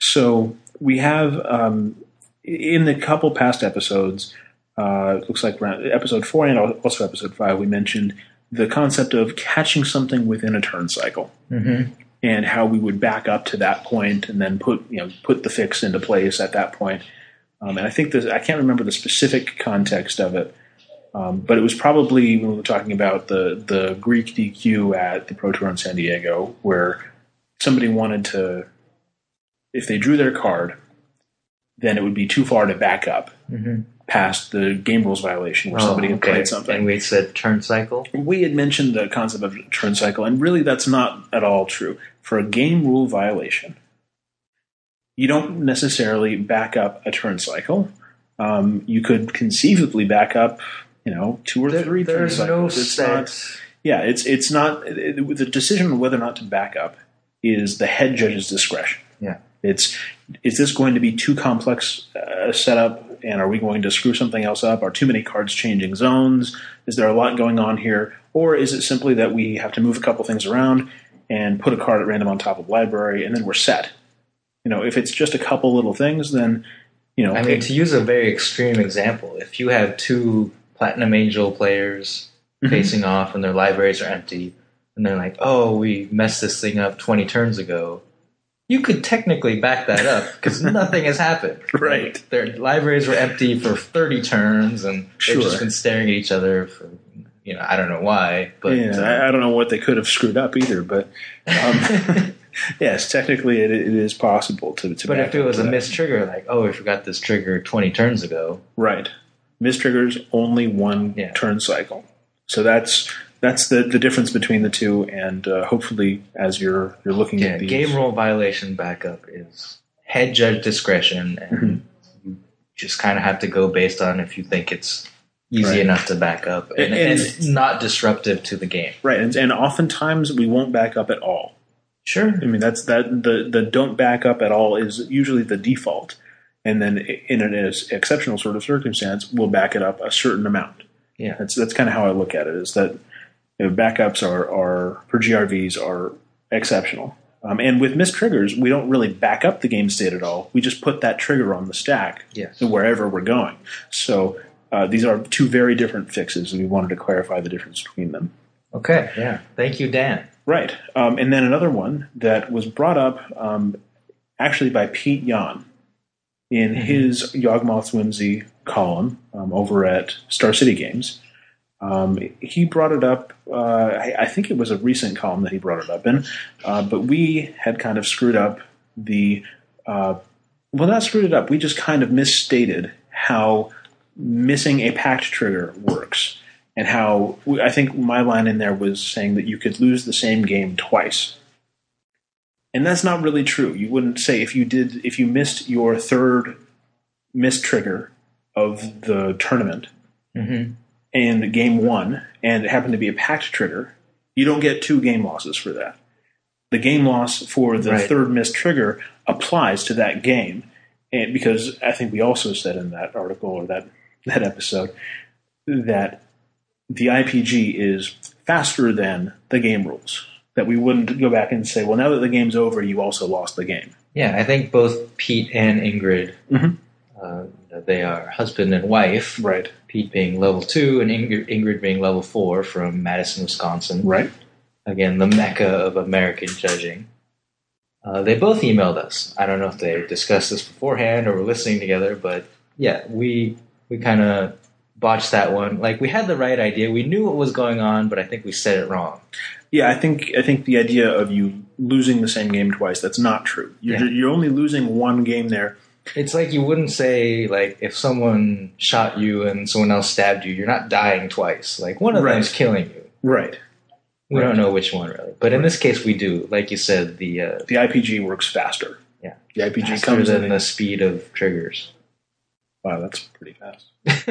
S1: So we have um, in the couple past episodes. Uh, it looks like round, episode four and al- also episode five. We mentioned the concept of catching something within a turn cycle
S2: hmm
S1: and how we would back up to that point and then put you know put the fix into place at that point. Um, and I think this I can't remember the specific context of it, um, but it was probably when we were talking about the the Greek DQ at the Pro Tour in San Diego, where somebody wanted to if they drew their card, then it would be too far to back up
S2: hmm
S1: past the game rules violation where somebody had played something
S2: Oh, And we said turn cycle.
S1: we had mentioned the concept of turn cycle, and really that's not at all true. For a game rule violation, you don't necessarily back up a turn cycle. Um, you could conceivably back up, you know, two or three turn
S2: there's no
S1: cycles. It's not-
S2: set.
S1: yeah, it's it's not it- the decision on whether or not to back up is the head judge's discretion.
S2: Yeah.
S1: It's is this going to be too complex a setup, and are we going to screw something else up? Are too many cards changing zones? Is there a lot going on here, or is it simply that we have to move a couple things around and put a card at random on top of library, and then we're set? You know, if it's just a couple little things, then you know,
S2: I mean, to use a very extreme example, if you have two Platinum Angel players
S1: Mhm.
S2: facing off and their libraries are empty, and they're like, "Oh, we messed this thing up 20 turns ago," you could technically back that up because nothing has happened.
S1: Right.
S2: Their libraries were empty for 30 turns, and
S1: Sure.
S2: they've just been staring at each other for you know I don't know why, but
S1: yeah,
S2: uh,
S1: I, I don't know what they could have screwed up either, but um, yes, technically it, it is possible to. to
S2: But
S1: back
S2: if it
S1: up
S2: was
S1: to
S2: a
S1: that.
S2: missed trigger, like, oh, we forgot this trigger 20 turns ago,
S1: right, mistriggers only one
S2: Yeah.
S1: turn cycle, so that's that's the, the difference between the two, and uh, hopefully as you're you're looking
S2: yeah,
S1: at these,
S2: game rule violation backup is head judge discretion, and you just kind of have to go based on if you think it's easy
S1: Right.
S2: enough to back up and,
S1: And-
S2: and,
S1: and-
S2: it's not disruptive to the game.
S1: right, and, and oftentimes we won't back up at all.
S2: Sure.
S1: I mean, that's that the the don't back up at all is usually the default, and then in an ex- exceptional sort of circumstance, we'll back it up a certain amount.
S2: Yeah.
S1: that's that's kind of how I look at it. Is that you know, backups are are for GRVs are exceptional, um, and with missed triggers, we don't really back up the game state at all. We just put that trigger on the stack
S2: Yes.
S1: to wherever we're going. So Uh, these are two very different fixes, and we wanted to clarify the difference between them.
S2: Okay. Yeah. Thank you, Dan.
S1: Right. Um, and then another one that was brought up um, actually by Pete Yan in his Yawgmoth's Whimsy column um, over at Star City Games. Um, he brought it up, uh, I, I think it was a recent column that he brought it up in, uh, but we had kind of screwed up the, uh, well, not screwed it up, we just kind of misstated how missing a pact trigger works. And how I think my line in there was saying that you could lose the same game twice and that's not really true. You wouldn't say if you did if you missed your third missed trigger of the tournament
S2: Mm-hmm.
S1: and game one, and it happened to be a packed trigger, you don't get two game losses for that. The game loss for the
S2: Right.
S1: third missed trigger applies to that game, and because I think we also said in that article or that that episode that the IPG is faster than the game rules. That we wouldn't go back and say, well, now that the game's over, you also lost the game.
S2: Yeah, I think both Pete and Ingrid,
S1: Mhm.
S2: uh, they are husband and wife.
S1: Right.
S2: Pete being level two and Ingr- Ingrid being level four from Madison, Wisconsin.
S1: Right.
S2: Again, the mecca of American judging. Uh, they both emailed us. I don't know if they discussed this beforehand or were listening together, but yeah, we we kind of botched that one. Like we had the right idea, we knew what was going on, but I think we said it wrong.
S1: Yeah, I think I think the idea of you losing the same game twice that's not true. You're,
S2: Yeah.
S1: you're only losing one game there.
S2: It's like you wouldn't say like if someone shot you and someone else stabbed you, you're not dying twice. Like one of
S1: Right.
S2: them's killing you.
S1: Right.
S2: We
S1: Right.
S2: don't know which one really, but in this case, we do. Like you said, the uh,
S1: The IPG works faster.
S2: Yeah.
S1: The IPG
S2: faster
S1: comes in.
S2: than
S1: and-
S2: the speed of triggers.
S1: Wow, that's pretty fast.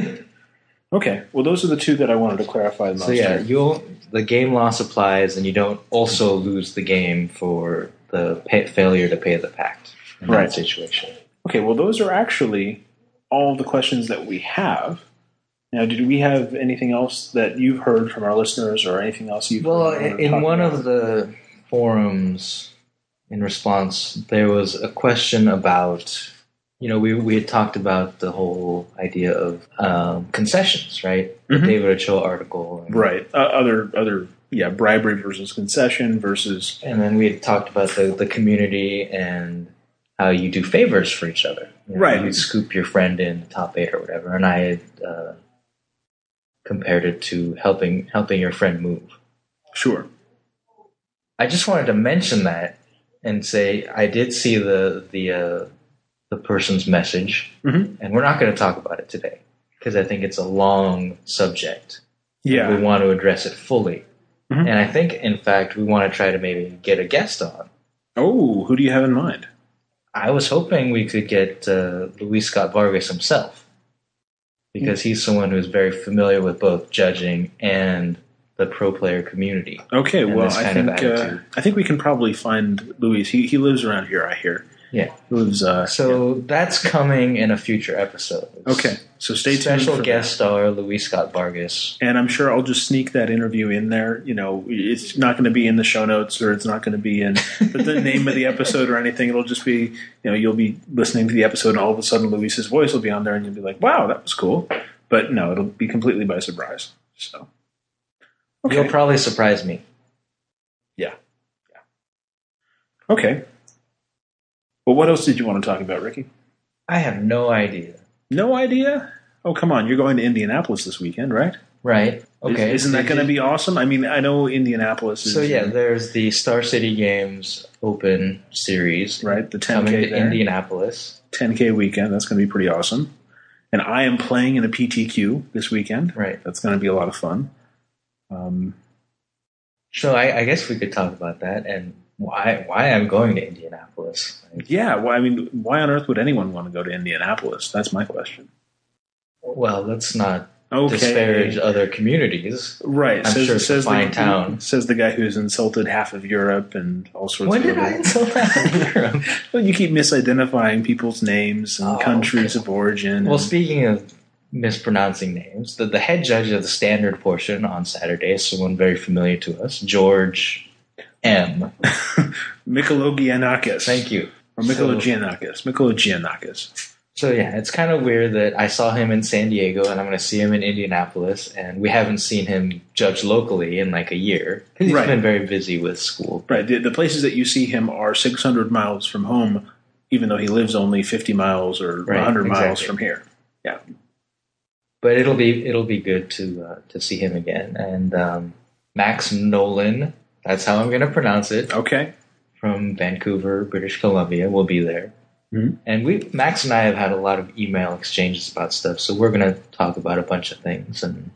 S1: okay. Well, those are the two that I wanted to clarify the most.
S2: So yeah, you'll the game loss applies, and you don't also lose the game for the pay, failure to pay the pact in
S1: Right.
S2: that situation.
S1: Okay. Well, those are actually all the questions that we have. Now, did we have anything else that you've heard from our listeners, or anything else you've?
S2: Well,
S1: heard
S2: in, in one of the forums, in response, there was a question about, you know, we, we had talked about the whole idea of um, concessions, right?
S1: Mhm.
S2: The David Ochoa article. And,
S1: right uh, other other yeah bribery versus concession versus
S2: and then we had talked about the, the community and how you do favors for each other. You know,
S1: Right.
S2: You scoop your friend in the top eight or whatever. And I had uh, compared it to helping helping your friend move.
S1: sure
S2: I just wanted to mention that and say I did see the the uh, the person's message,
S1: Mhm.
S2: and we're not going to talk about it today because I think it's a long subject.
S1: yeah
S2: we want to address it fully,
S1: Mhm.
S2: and I think in fact we want to try to maybe get a guest on.
S1: Oh, who do you have in mind?
S2: I was hoping we could get uh, Luis Scott Vargas himself because
S1: Hmm.
S2: he's someone who's very familiar with both judging and the pro player community.
S1: Okay,
S2: And
S1: well,
S2: this
S1: I
S2: kind
S1: think
S2: of
S1: uh,
S2: attitude.
S1: I think we can probably find Luis. He he lives around here, I hear.
S2: Yeah.
S1: He lives. Uh,
S2: So that's coming in a future episode.
S1: okay, so stay tuned.
S2: Special
S1: for that.
S2: guest star Luis Scott Vargas.
S1: and I'm sure I'll just sneak that interview in there. You know, it's not going to be in the show notes, or it's not going to be in the name of the episode or anything. It'll just be you know you'll be listening to the episode, and all of a sudden Luis's voice will be on there, and you'll be like, "Wow, that was cool." But no, it'll be completely by surprise. So,
S2: You'll probably surprise me.
S1: okay. Well, what else did you want to talk about, Ricky?
S2: I have no idea.
S1: No idea. Oh, come on. You're going to Indianapolis this weekend, right?
S2: Right? Okay.
S1: Is, not that going to be awesome? I mean, I know Indianapolis is
S2: So yeah, there's the Star City Games Open Series
S1: right? The
S2: coming
S1: 10K
S2: to
S1: there.
S2: Indianapolis.
S1: 10K weekend. That's going to be pretty awesome. And I am playing in a PTQ this weekend.
S2: Right.
S1: That's going to be a lot of fun. Um,
S2: So I, I guess we could talk about that and why why I'm going to Indianapolis. Like,
S1: yeah. Well, I mean, why on earth would anyone want to go to Indianapolis? That's my question.
S2: well, let's not
S1: Okay.
S2: disparage other communities.
S1: Right.
S2: I'm
S1: says,
S2: sure it's a
S1: says
S2: fine
S1: the,
S2: town.
S1: Says the guy who's insulted half of Europe and all sorts
S2: When
S1: of
S2: did
S1: other-
S2: I insult that?
S1: Well, you keep misidentifying people's names and
S2: Oh,
S1: countries of origin.
S2: Well,
S1: and-
S2: speaking of mispronouncing names, the, the head judge of the standard portion on Saturday is someone very familiar to us, George M.
S1: Michalogiannakis.
S2: Thank you.
S1: Or Michalogiannakis. Michalogiannakis.
S2: So yeah, it's kind of weird that I saw him in San Diego and I'm going to see him in Indianapolis, and we haven't seen him judge locally in like a year. 'Cause He's
S1: Right.
S2: been very busy with school.
S1: Right. The, the places that you see him are 600 miles from home, even though he lives only 50 miles or
S2: Right,
S1: 100 miles
S2: exactly.
S1: from here. Yeah.
S2: But it'll be it'll be good to uh, to see him again. And um, Max Nolan, that's how I'm going to pronounce it,
S1: Okay.
S2: from Vancouver, British Columbia, will be there.
S1: Mhm.
S2: And we Max and I have had a lot of email exchanges about stuff, so we're going to talk about a bunch of things and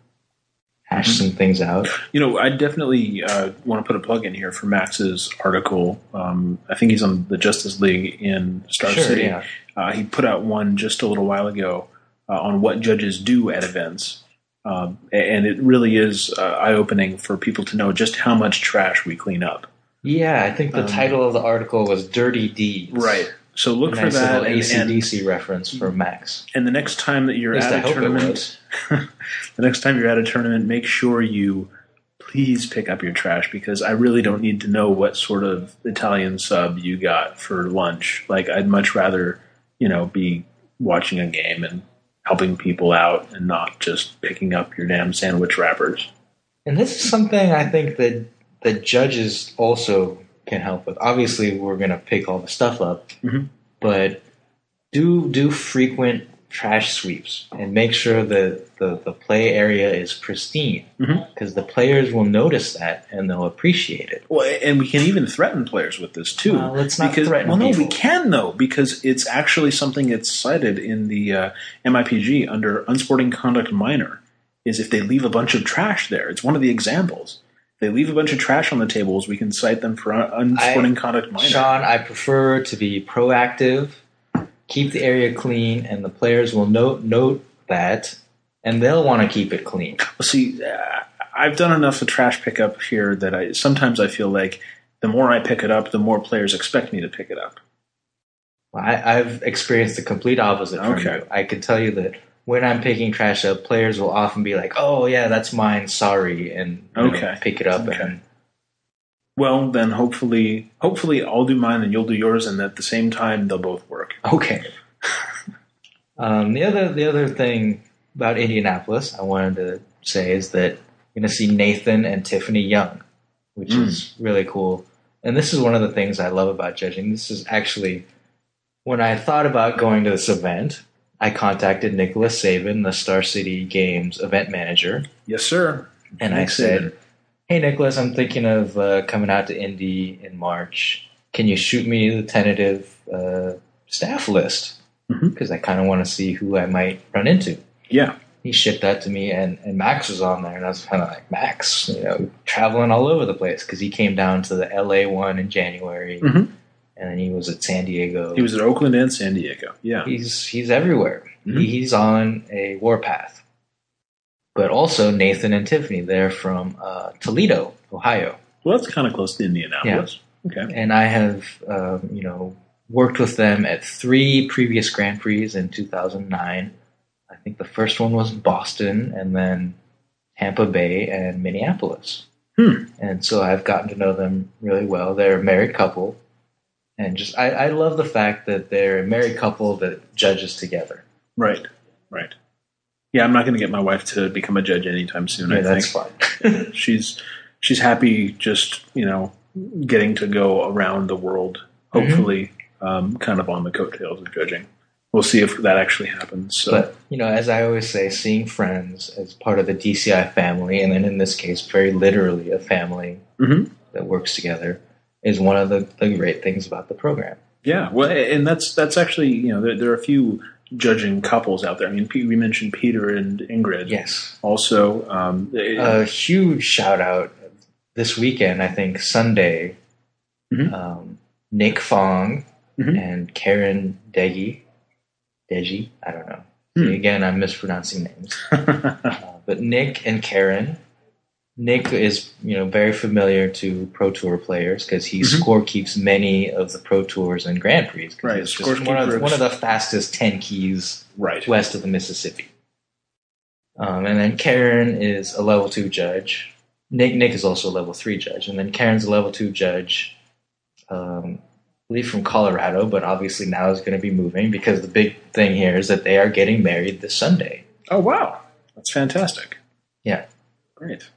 S2: hash
S1: Mm-hmm.
S2: some things out.
S1: You know, I definitely uh, want to put a plug in here for Max's article. Um, I think he's on the Justice League in Star City.
S2: yeah.
S1: Uh, he put out one just a little while ago uh, on what judges do at events. Um, a- and it really is uh, eye opening for people to know just how much trash we clean up.
S2: Yeah, I think the
S1: Um,
S2: title of the article was "Dirty Deeds."
S1: So look
S2: nice
S1: for that.
S2: little
S1: And, and,
S2: ACDC reference for Max.
S1: and the next time that you're
S2: At least I
S1: at a
S2: hope it
S1: tournament,
S2: was.
S1: the next time you're at a tournament, make sure you please pick up your trash because I really don't need to know what sort of Italian sub you got for lunch. Like, I'd much rather, you know, be watching a game and helping people out and not just picking up your damn sandwich wrappers.
S2: And this is something I think that the judges also can help with. Obviously, we're going to pick all the stuff up,
S1: Mhm.
S2: but do do frequent trash sweeps and make sure that the, the play area is pristine
S1: Mhm.
S2: because the players will notice that and they'll appreciate it.
S1: Well, and we can even threaten players with this too.
S2: Well, let's not
S1: because,
S2: threaten
S1: Well, no, we
S2: people.
S1: can though because it's actually something that's cited in the uh, MIPG under unsporting conduct minor. Is if they leave a bunch of trash there, it's one of the examples. If they leave a bunch of trash on the tables, we can cite them for un- unsporting conduct minor.
S2: Sean, I prefer to be proactive, keep the area clean, and the players will note note that, and they'll want to keep it clean.
S1: Well, see, uh, I've done enough of trash pickup here that I sometimes I feel like the more I pick it up, the more players expect me to pick it up.
S2: Well, I, I've experienced the complete opposite from
S1: Okay.
S2: you. I can tell you that when I'm picking trash up, players will often be like, "Oh yeah, that's mine. Sorry," and you know,
S1: Okay.
S2: pick it up.
S1: Okay.
S2: And
S1: Well, then hopefully, hopefully I'll do mine and you'll do yours, and at the same time they'll both work.
S2: okay. um, the other the other thing about Indianapolis, I wanted to say is that I'm going to see Nathan and Tiffany Young, which
S1: Mm.
S2: is really cool. And this is one of the things I love about judging. This is actually when I thought about going to this event. I contacted Nicholas Saban, the Star City Games event manager,
S1: Yes, sir.
S2: and I
S1: Nick Saban.
S2: said, "Hey Nicholas, I'm thinking of uh, coming out to Indy in March. Can you shoot me the tentative uh, staff list?
S1: Mhm.
S2: Because I kind of want to see who I might run into."
S1: Yeah.
S2: He shipped that to me, and, and Max was on there, and I was kind of like, "Max, you know, traveling all over the place because he came down to the LA one in January,
S1: Mhm.
S2: and then he was at San Diego.
S1: He was at Oakland and San Diego. Yeah.
S2: he's he's everywhere.
S1: Mhm.
S2: He, he's on a warpath." But also Nathan and Tiffany, they're from uh, Toledo, Ohio.
S1: Well, that's kind of close to Indianapolis. Okay.
S2: and I have, um, you know, worked with them at three previous Grand Prix in 2009. I think the first one was Boston, and then Tampa Bay and Minneapolis.
S1: Hmm.
S2: And so I've gotten to know them really well. They're a married couple, and just I, I love the fact that they're a married couple that judges together.
S1: Right. Right. Yeah, I'm not going to get my wife to become a judge anytime soon.
S2: Yeah,
S1: I
S2: that's
S1: think
S2: fun.
S1: she's she's happy just you know getting to go around the world.
S2: Mhm.
S1: Hopefully, um, kind of on the coattails of judging. We'll see if that actually happens. So
S2: But you know, as I always say, seeing friends as part of the DCI family, and then in this case, very literally a family
S1: Mhm.
S2: that works together, is one of the, the great things about the program.
S1: yeah, well, and that's that's actually you know there, there are a few judging couples out there. I mean, Pe- we mentioned Peter and Ingrid.
S2: Yes.
S1: Also, um,
S2: A huge shout out this weekend. I think Sunday,
S1: Mhm.
S2: um, Nick Fong
S1: Mhm.
S2: and Karen Deggy, Deggy. I don't know.
S1: Hmm.
S2: Again, I'm mispronouncing names. Uh, but Nick and Karen. Nick is you know very familiar to Pro Tour players because he
S1: Mhm.
S2: score keeps many of the Pro Tours and Grand Prix. 'cause
S1: Right,
S2: he's just
S1: scorekeeper
S2: one of,
S1: of-
S2: one of the fastest ten keys
S1: right.
S2: west of the Mississippi. Um, and then Karen is a level two judge. Nick Nick is also a level three judge, and then Karen's a level two judge. Um, believe from Colorado, but obviously now is going to be moving because the big thing here is that they are getting married this Sunday.
S1: Oh wow, that's fantastic.
S2: Yeah.
S1: Great.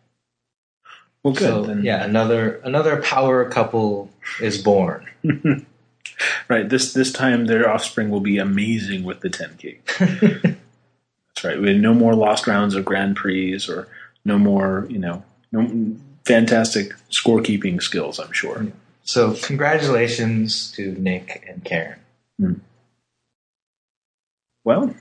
S1: Well, good.
S2: so
S1: then.
S2: yeah, another another power couple is born.
S1: Right. This this time their offspring will be amazing with the 10K. That's right. We had no more lost rounds of Grand Prix or no more, you know, no fantastic scorekeeping skills, I'm
S2: Mm.
S1: sure.
S2: So congratulations to Nick and Karen.
S1: Well,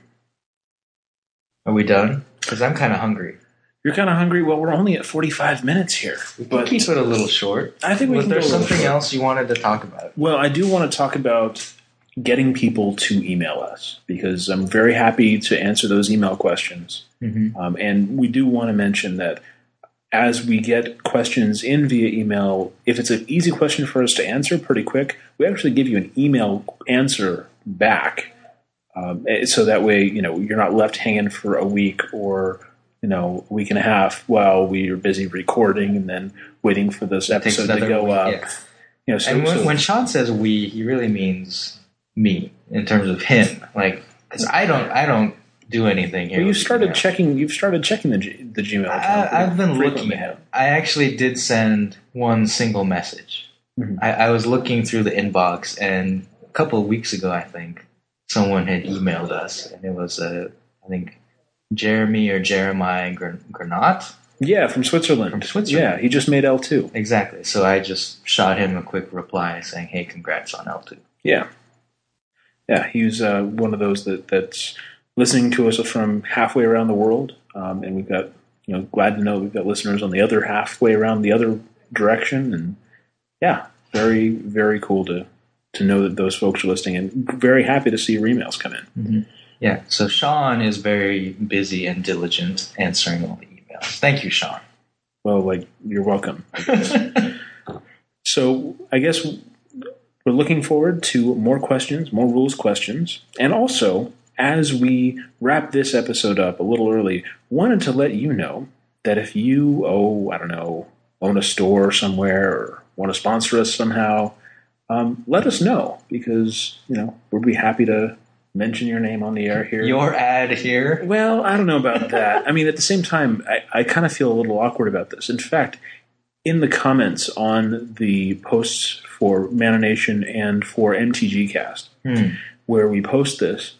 S2: Are we done? Because I'm kind of hungry.
S1: you're kind of hungry. Well, we're only at 45 minutes here.
S2: We'll
S1: But
S2: keep it a little short.
S1: I think we
S2: But
S1: can
S2: there's
S1: go a little
S2: something
S1: short.
S2: else you wanted to talk about.
S1: Well, I do want to talk about getting people to email us because I'm very happy to answer those email questions.
S2: Mhm.
S1: Um, and we do want to mention that as we get questions in via email, if it's an easy question for us to answer pretty quick, we actually give you an email answer back. Um, eh, so that way, you know, you're not left hanging for a week or, you know, a week and a half while we are busy recording and then waiting for this
S2: Takes
S1: episode to
S2: another
S1: go
S2: week,
S1: up.
S2: yeah.
S1: You know, so,
S2: And
S1: so-
S2: when, when Sean says we, he really means me in terms of him. Like, because I don't, I don't do anything here.
S1: Well, you
S2: with
S1: started
S2: email.
S1: checking. You've started checking the G, the Gmail account.
S2: I, I've been looking
S1: frequently.
S2: at it. I actually did send one single message.
S1: Mhm.
S2: I, I was looking through the inbox, and a couple of weeks ago, I think someone had emailed us, and it was uh, I think Jeremy or Jeremiah Gren- Granat.
S1: Yeah, from Switzerland.
S2: From Switzerland.
S1: Yeah, he just made L two.
S2: Exactly. So I just shot him a quick reply saying, "Hey, congrats on L two.
S1: Yeah, yeah. He's uh, one of those that that's listening to us from halfway around the world, um, and we've got you know glad to know we've got listeners on the other halfway around the other direction, and yeah, very very cool to to know that those folks are listening, and very happy to see your emails come in.
S2: Yeah. So Sean is very busy and diligent answering all the emails. Thank you, Sean.
S1: Well, like you're welcome. So I guess we're looking forward to more questions, more rules questions, and also as we wrap this episode up a little early, wanted to let you know that if you oh I don't know own a store somewhere or want to sponsor us somehow, um, let us know because you know we'll be happy to mention your name on the air here.
S2: Your ad here.
S1: Well, I don't know about that. I mean, at the same time, I, I kind of feel a little awkward about this. In fact, in the comments on the posts for Manonation and for MTG Cast,
S2: Hmm.
S1: where we post this,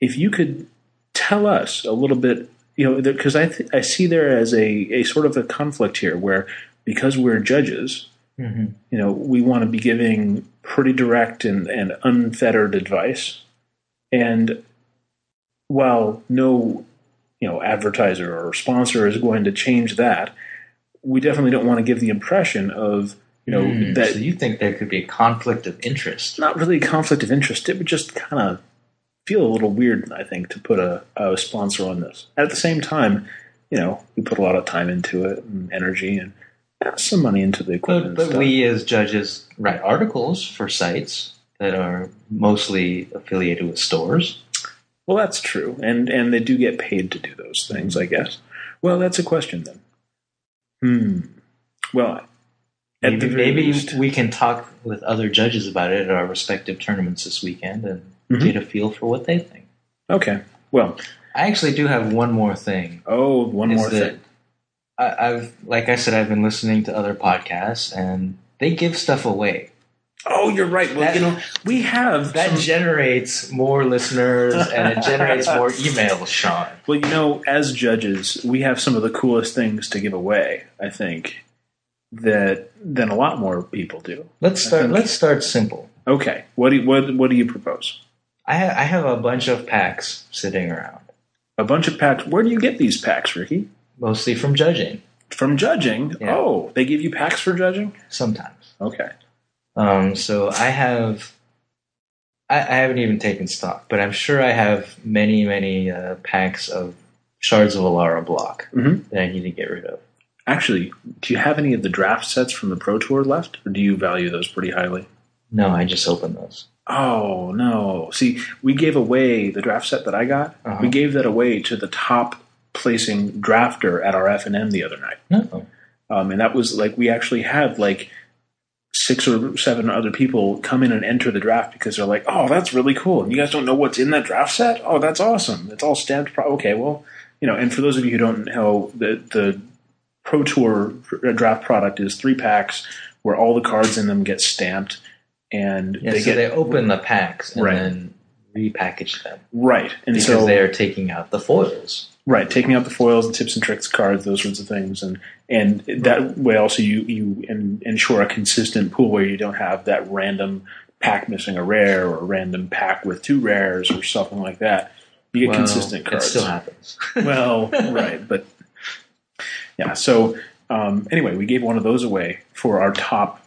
S1: if you could tell us a little bit, you know, because I th- I see there as a, a sort of a conflict here where because we're judges,
S2: Mhm.
S1: you know, we want to be giving pretty direct and, and unfettered advice, and while no, you know, advertiser or sponsor is going to change that, we definitely don't want to give the impression of you know
S2: Hmm.
S1: that
S2: so you think there could be a conflict of interest?
S1: not really a conflict of interest. It would just kind of feel a little weird, I think, to put a, a sponsor on this. At the same time, you know, we put a lot of time into it and energy and uh, some money into the
S2: But,
S1: equipment. and
S2: but
S1: stuff.
S2: we as judges write articles for sites that are mostly affiliated with stores.
S1: well, that's true, and and they do get paid to do those things, I guess. Well, that's a question then. Hmm. Well, at
S2: Maybe,
S1: the very
S2: maybe
S1: least-
S2: we can talk with other judges about it at our respective tournaments this weekend and
S1: Mhm.
S2: get a feel for what they think.
S1: okay. Well,
S2: I actually do have one more thing
S1: oh, one
S2: is
S1: more
S2: that
S1: thing.
S2: I, I've, like I said, I've been listening to other podcasts, and they give stuff away.
S1: Oh, you're right. Well,
S2: that-
S1: you know, we have
S2: That
S1: some-
S2: generates more listeners, and it generates more emails, Sean.
S1: Well, you know, as judges, we have some of the coolest things to give away. I think that than a lot more people do.
S2: Let's start.
S1: think-
S2: Let's start simple.
S1: Okay, what do you, what what do you propose?
S2: I ha- I have a bunch of packs sitting around,
S1: A bunch of packs. Where do you get these packs, Ricky?
S2: mostly from judging.
S1: From judging.
S2: Yeah.
S1: Oh, they give you packs for judging.
S2: Sometimes.
S1: Okay.
S2: Um, so I have. I, I haven't even taken stock, but I'm sure I have many, many uh, packs of shards of Alara block
S1: Mhm.
S2: that I need to get rid of.
S1: Actually, do you have any of the draft sets from the Pro Tour left, or do you value those pretty highly?
S2: No, I just opened those.
S1: Oh no! See, we gave away the draft set that I got.
S2: Uh-huh.
S1: We gave that away to the top placing drafter at our F and M the other night.
S2: No.
S1: Um, and that was like we actually had like six or seven other people come in and enter the draft because they're like, "Oh, that's really cool." And you guys don't know what's in that draft set? Oh, that's awesome. It's all stamped. Pro- okay, well, you know. And for those of you who don't know, the the Pro Tour draft product is three packs where all the cards in them get stamped, and
S2: Yeah,
S1: they
S2: so
S1: get
S2: they open the packs and
S1: Right.
S2: then repackage them
S1: right. And
S2: because
S1: so
S2: they are taking out the foils.
S1: Right, taking out the foils, the tips and tricks cards, those sorts of things, and and that way also you you en- ensure a consistent pool where you don't have that random pack missing a rare or a random pack with two rares or something like that. You get
S2: Well,
S1: consistent cards.
S2: It still happens.
S1: well, right, but yeah. So um, anyway, we gave one of those away for our top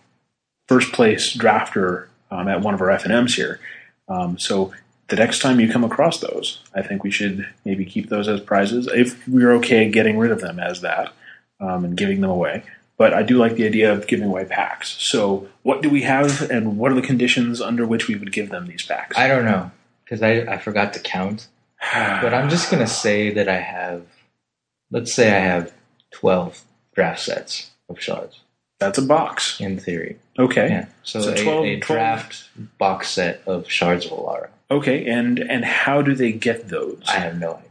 S1: first place drafter um, at one of our F and M's here. Um, so the next time you come across those, I think we should maybe keep those as prizes if we're okay getting rid of them as that um, and giving them away. But I do like the idea of giving away packs. So what do we have, and what are the conditions under which we would give them these packs?
S2: I don't know because I, I forgot to count, but I'm just gonna say that I have, let's say I have twelve draft sets of shards
S1: That's a box.
S2: in theory.
S1: Okay.
S2: Yeah, so,
S1: So
S2: a,
S1: 12
S2: a
S1: 12
S2: draft box set of shards of Alara.
S1: Okay, and and how do they get those?
S2: I have no idea.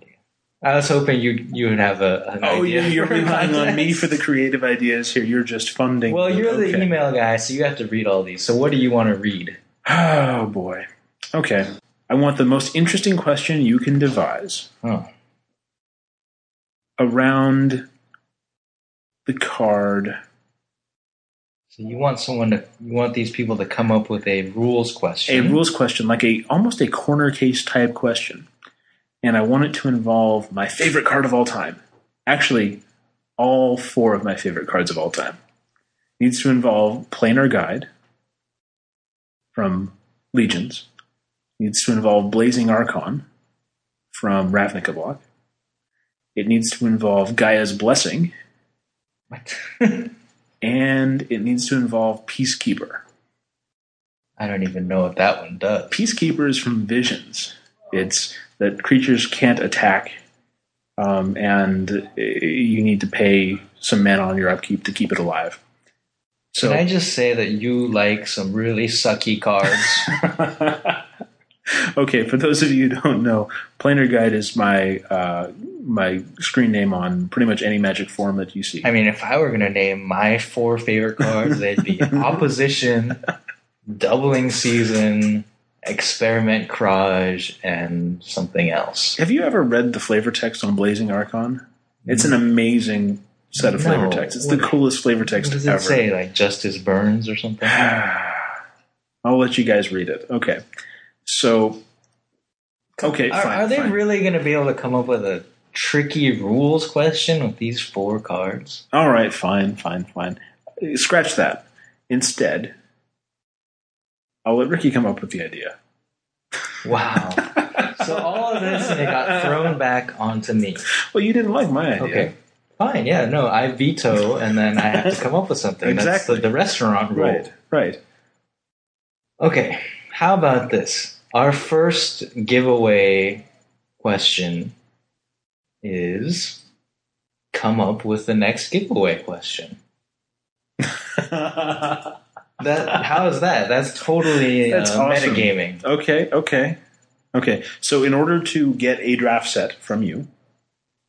S2: I was hoping you you would have a an
S1: oh,
S2: idea
S1: you- you're
S2: for
S1: relying on
S2: context.
S1: me for the creative ideas here. You're just funding.
S2: Well,
S1: them.
S2: you're the
S1: Okay.
S2: email guy, so you have to read all these. So what do you want to read?
S1: Oh boy. Okay. I want the most interesting question you can devise
S2: Oh,
S1: around the card.
S2: so you want someone to you want these people to come up with a rules
S1: A
S2: question.
S1: rules question, like a almost a corner case type question, and I want it to involve my favorite card of all time. Actually, all four of my favorite cards of all time. Needs to involve Planar Guide from Legions. Needs to involve Blazing Archon from Ravnica Block. It needs to involve Gaia's Blessing,
S2: What?
S1: and it needs to involve Peacekeeper.
S2: I don't even know what that one does.
S1: Peacekeeper is from Visions. It's that creatures can't attack, um, and uh, you need to pay some mana on your upkeep to keep it alive. So
S2: Can I just say that you like some really sucky cards?
S1: okay, for those of you who don't know, Planar Guide is my uh, my screen name on pretty much any Magic form that you see.
S2: I mean, if I were going to name my four favorite cards, they'd be Opposition, Doubling Season, Experiment Crage, and something else.
S1: Have you ever read the flavor text on Blazing Archon? It's an amazing set of flavor
S2: No.
S1: text. It's the
S2: What-
S1: coolest flavor
S2: What
S1: text
S2: does it
S1: ever.
S2: say? Like Justice Burns or something?
S1: I'll let you guys read it. Okay. So, okay,
S2: Are,
S1: fine.
S2: are they
S1: fine.
S2: really going to be able to come up with a tricky rules question with these four cards?
S1: All right, fine, fine, fine. Scratch that. Instead, I'll let Ricky come up with the idea.
S2: Wow. so all of this, and it got thrown back onto me.
S1: Well, you didn't like my idea.
S2: Okay. Fine, yeah, no, I veto, and then I have to come up with something.
S1: Exactly.
S2: That's the, the restaurant rule.
S1: Right, right.
S2: Okay, how about this? Our first giveaway question is come up with the next giveaway question. That how is that? That's totally
S1: That's
S2: uh,
S1: awesome.
S2: metagaming.
S1: okay, okay. Okay. So, in order to get a draft set from you,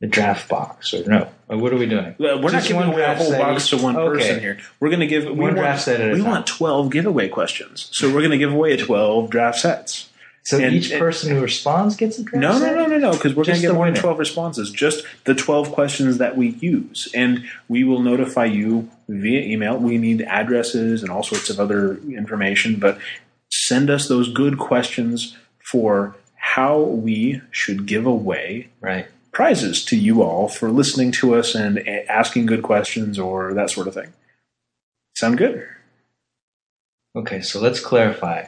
S2: The draft box or no? Or what are we doing?
S1: Well, uh, we're
S2: Just
S1: not
S2: one
S1: giving away a
S2: draft
S1: whole
S2: set
S1: box
S2: each.
S1: to one
S2: Okay.
S1: person here. We're going to give we
S2: One draft
S1: want-
S2: set at a
S1: We
S2: time.
S1: want twelve giveaway questions, so we're going to give away twelve draft sets.
S2: So
S1: And-
S2: each
S1: and-
S2: person who responds gets a draft
S1: No,
S2: set?
S1: no, no, no, no, because we're going to
S2: Just
S1: get
S2: the
S1: more than
S2: winner.
S1: 12 responses, just the 12 questions that we use. And we will notify you via email. We need addresses and all sorts of other information, but send us those good questions for how we should give away
S2: Right.
S1: prizes to you all for listening to us and a- asking good questions or that sort of thing. Sound good?
S2: Okay, so let's clarify.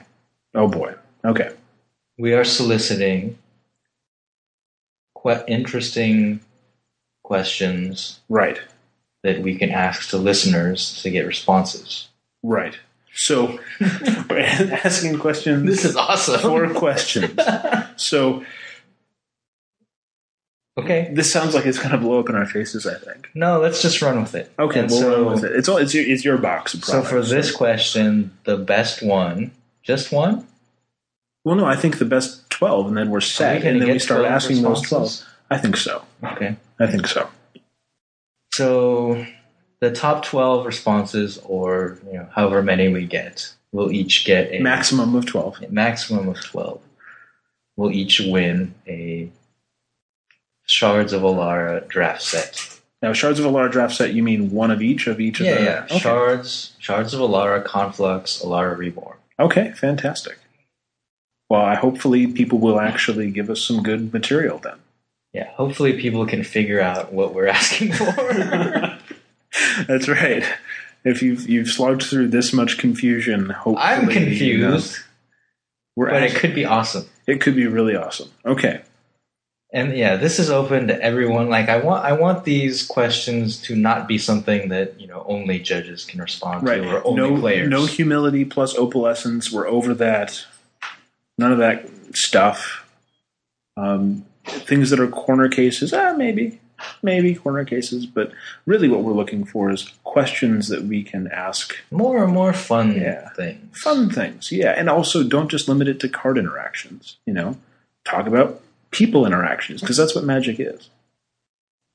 S1: Oh, boy. Okay.
S2: We are soliciting quite interesting questions
S1: Right.
S2: that we can ask to listeners to get responses.
S1: Right. So, we're asking questions.
S2: This is awesome.
S1: four questions. So
S2: Okay.
S1: This sounds like it's going to blow up in our faces. I think.
S2: No, let's just run with it.
S1: Okay,
S2: And
S1: we'll
S2: so,
S1: run with it. It's all it's your, it's your box. Of
S2: So for
S1: products.
S2: this question, the best one, just one?
S1: well, no, I think the best twelve, and then we're
S2: Are
S1: set,
S2: gonna
S1: and then we
S2: get
S1: start
S2: 12
S1: asking those twelve.
S2: responses?
S1: I think so.
S2: Okay.
S1: I think so.
S2: So the top 12 responses, or you know, however many we get, will each get a
S1: Maximum of twelve.
S2: maximum of 12. We'll each win a Shards of Alara draft set.
S1: Now, shards of Alara draft set. You mean one of each of each of
S2: Yeah,
S1: the?
S2: yeah.
S1: Okay.
S2: Shards, Shards of Alara, Conflux, Alara Reborn.
S1: Okay, fantastic. Well, I hopefully people will actually give us some good material then.
S2: Yeah, hopefully people can figure out what we're asking for.
S1: That's right. If you've you've slogged through this much confusion, hopefully
S2: I'm
S1: you know,
S2: confused,
S1: we're
S2: but it
S1: ask-
S2: could be awesome.
S1: it could be really awesome. Okay,
S2: And yeah, this is open to everyone. Like I want I want these questions to not be something that, you know, only judges can respond
S1: right.
S2: to or only
S1: no
S2: players.
S1: no humility plus opalescence. We're over that. None of that stuff. Um, things that are corner cases. Ah, maybe, maybe corner cases. But really, what we're looking for is questions that we can ask
S2: more and more fun
S1: Yeah.
S2: things.
S1: fun things. Yeah, and also don't just limit it to card interactions. You know, talk about people interactions because that's what magic is.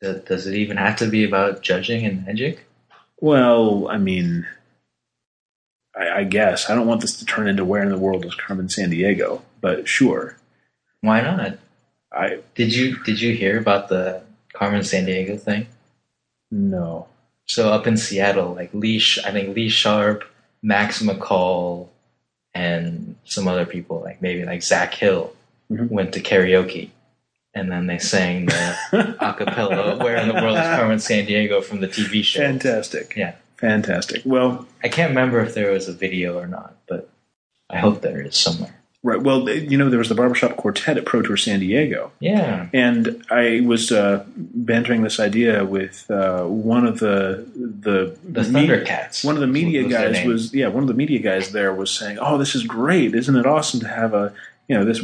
S2: Th- Does it even have to be about judging and magic?
S1: Well, I mean, I, I guess I don't want this to turn into where in the world is Carmen San Diego, but sure.
S2: Why not?
S1: I
S2: Did you did you hear about the Carmen San Diego thing?
S1: no.
S2: So up in Seattle, like Lee, Sh- I think Lee Sharp, Max McCall, and some other people, like maybe like Zach Hill,
S1: Mhm.
S2: went to karaoke, and then they sang the acapella "Where in the World is Carmen San Diego" from the TV show.
S1: Fantastic.
S2: Yeah.
S1: Fantastic. Well,
S2: I can't remember if there was a video or not, but I hope there is somewhere.
S1: right. Well, eh, you know, there was the barbershop quartet at Pro Tour San Diego.
S2: Yeah,
S1: And I was uh, bantering this idea with uh, one of the the,
S2: the
S1: me-
S2: Thundercats.
S1: one of the
S2: was-
S1: media
S2: was their
S1: guys
S2: name.
S1: was yeah one of the media guys there was saying oh this is great isn't it awesome to have a you know this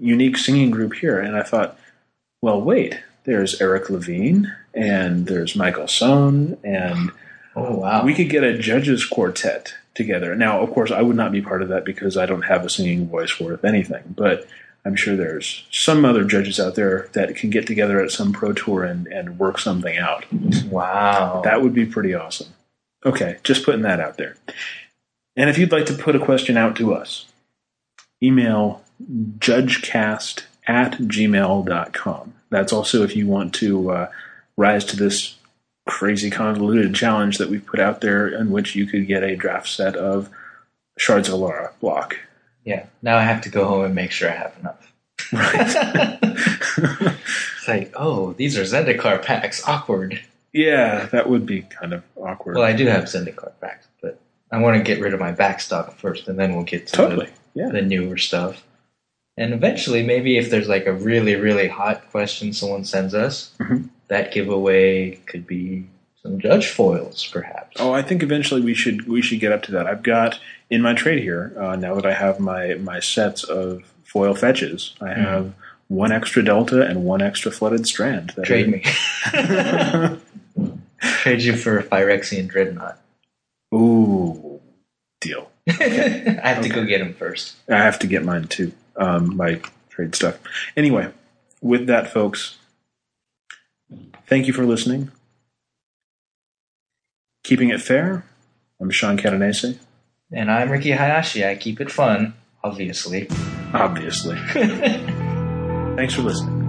S1: unique singing group here and i thought well wait there's eric levine and there's michael sohn and
S2: Oh wow!
S1: we could get a judges quartet together now of course i would not be part of that because i don't have a singing voice worth anything but i'm sure there's some other judges out there that can get together at some pro tour and, and work something out
S2: wow.
S1: that would be pretty awesome. Okay, just putting that out there. And if you'd like to put a question out to us, email judgecast at gmail.com. That's also if you want to uh, rise to this crazy convoluted challenge that we've put out there in which you could get a draft set of Shards of Alara block.
S2: yeah. Now I have to go home and make sure I have enough. Right. it's like, oh, these are Zendikar packs. Awkward.
S1: Yeah, that would be kind of awkward.
S2: Well, I do have Zendikar packs, but I want to get rid of my backstock first, and then we'll get to
S1: totally.
S2: the,
S1: Yeah.
S2: the newer stuff. And eventually, maybe if there's like a really, really hot question someone sends us,
S1: Mhm.
S2: that giveaway could be some judge foils, perhaps.
S1: Oh, I think eventually we should we should get up to that. I've got in my trade here uh, now that I have my my sets of foil fetches. I have one extra delta and one extra flooded strand. That
S2: Trade me. Trade you for a Phyrexian Dreadnought.
S1: Ooh, deal.
S2: I have to go get him first.
S1: I have to get mine too. Um, my trade stuff. Anyway, with that, folks, thank you for listening. Keeping it fair. I'm Sean Catanese,
S2: And I'm Ricky Hayashi. I keep it fun, obviously.
S1: obviously. Thanks for listening.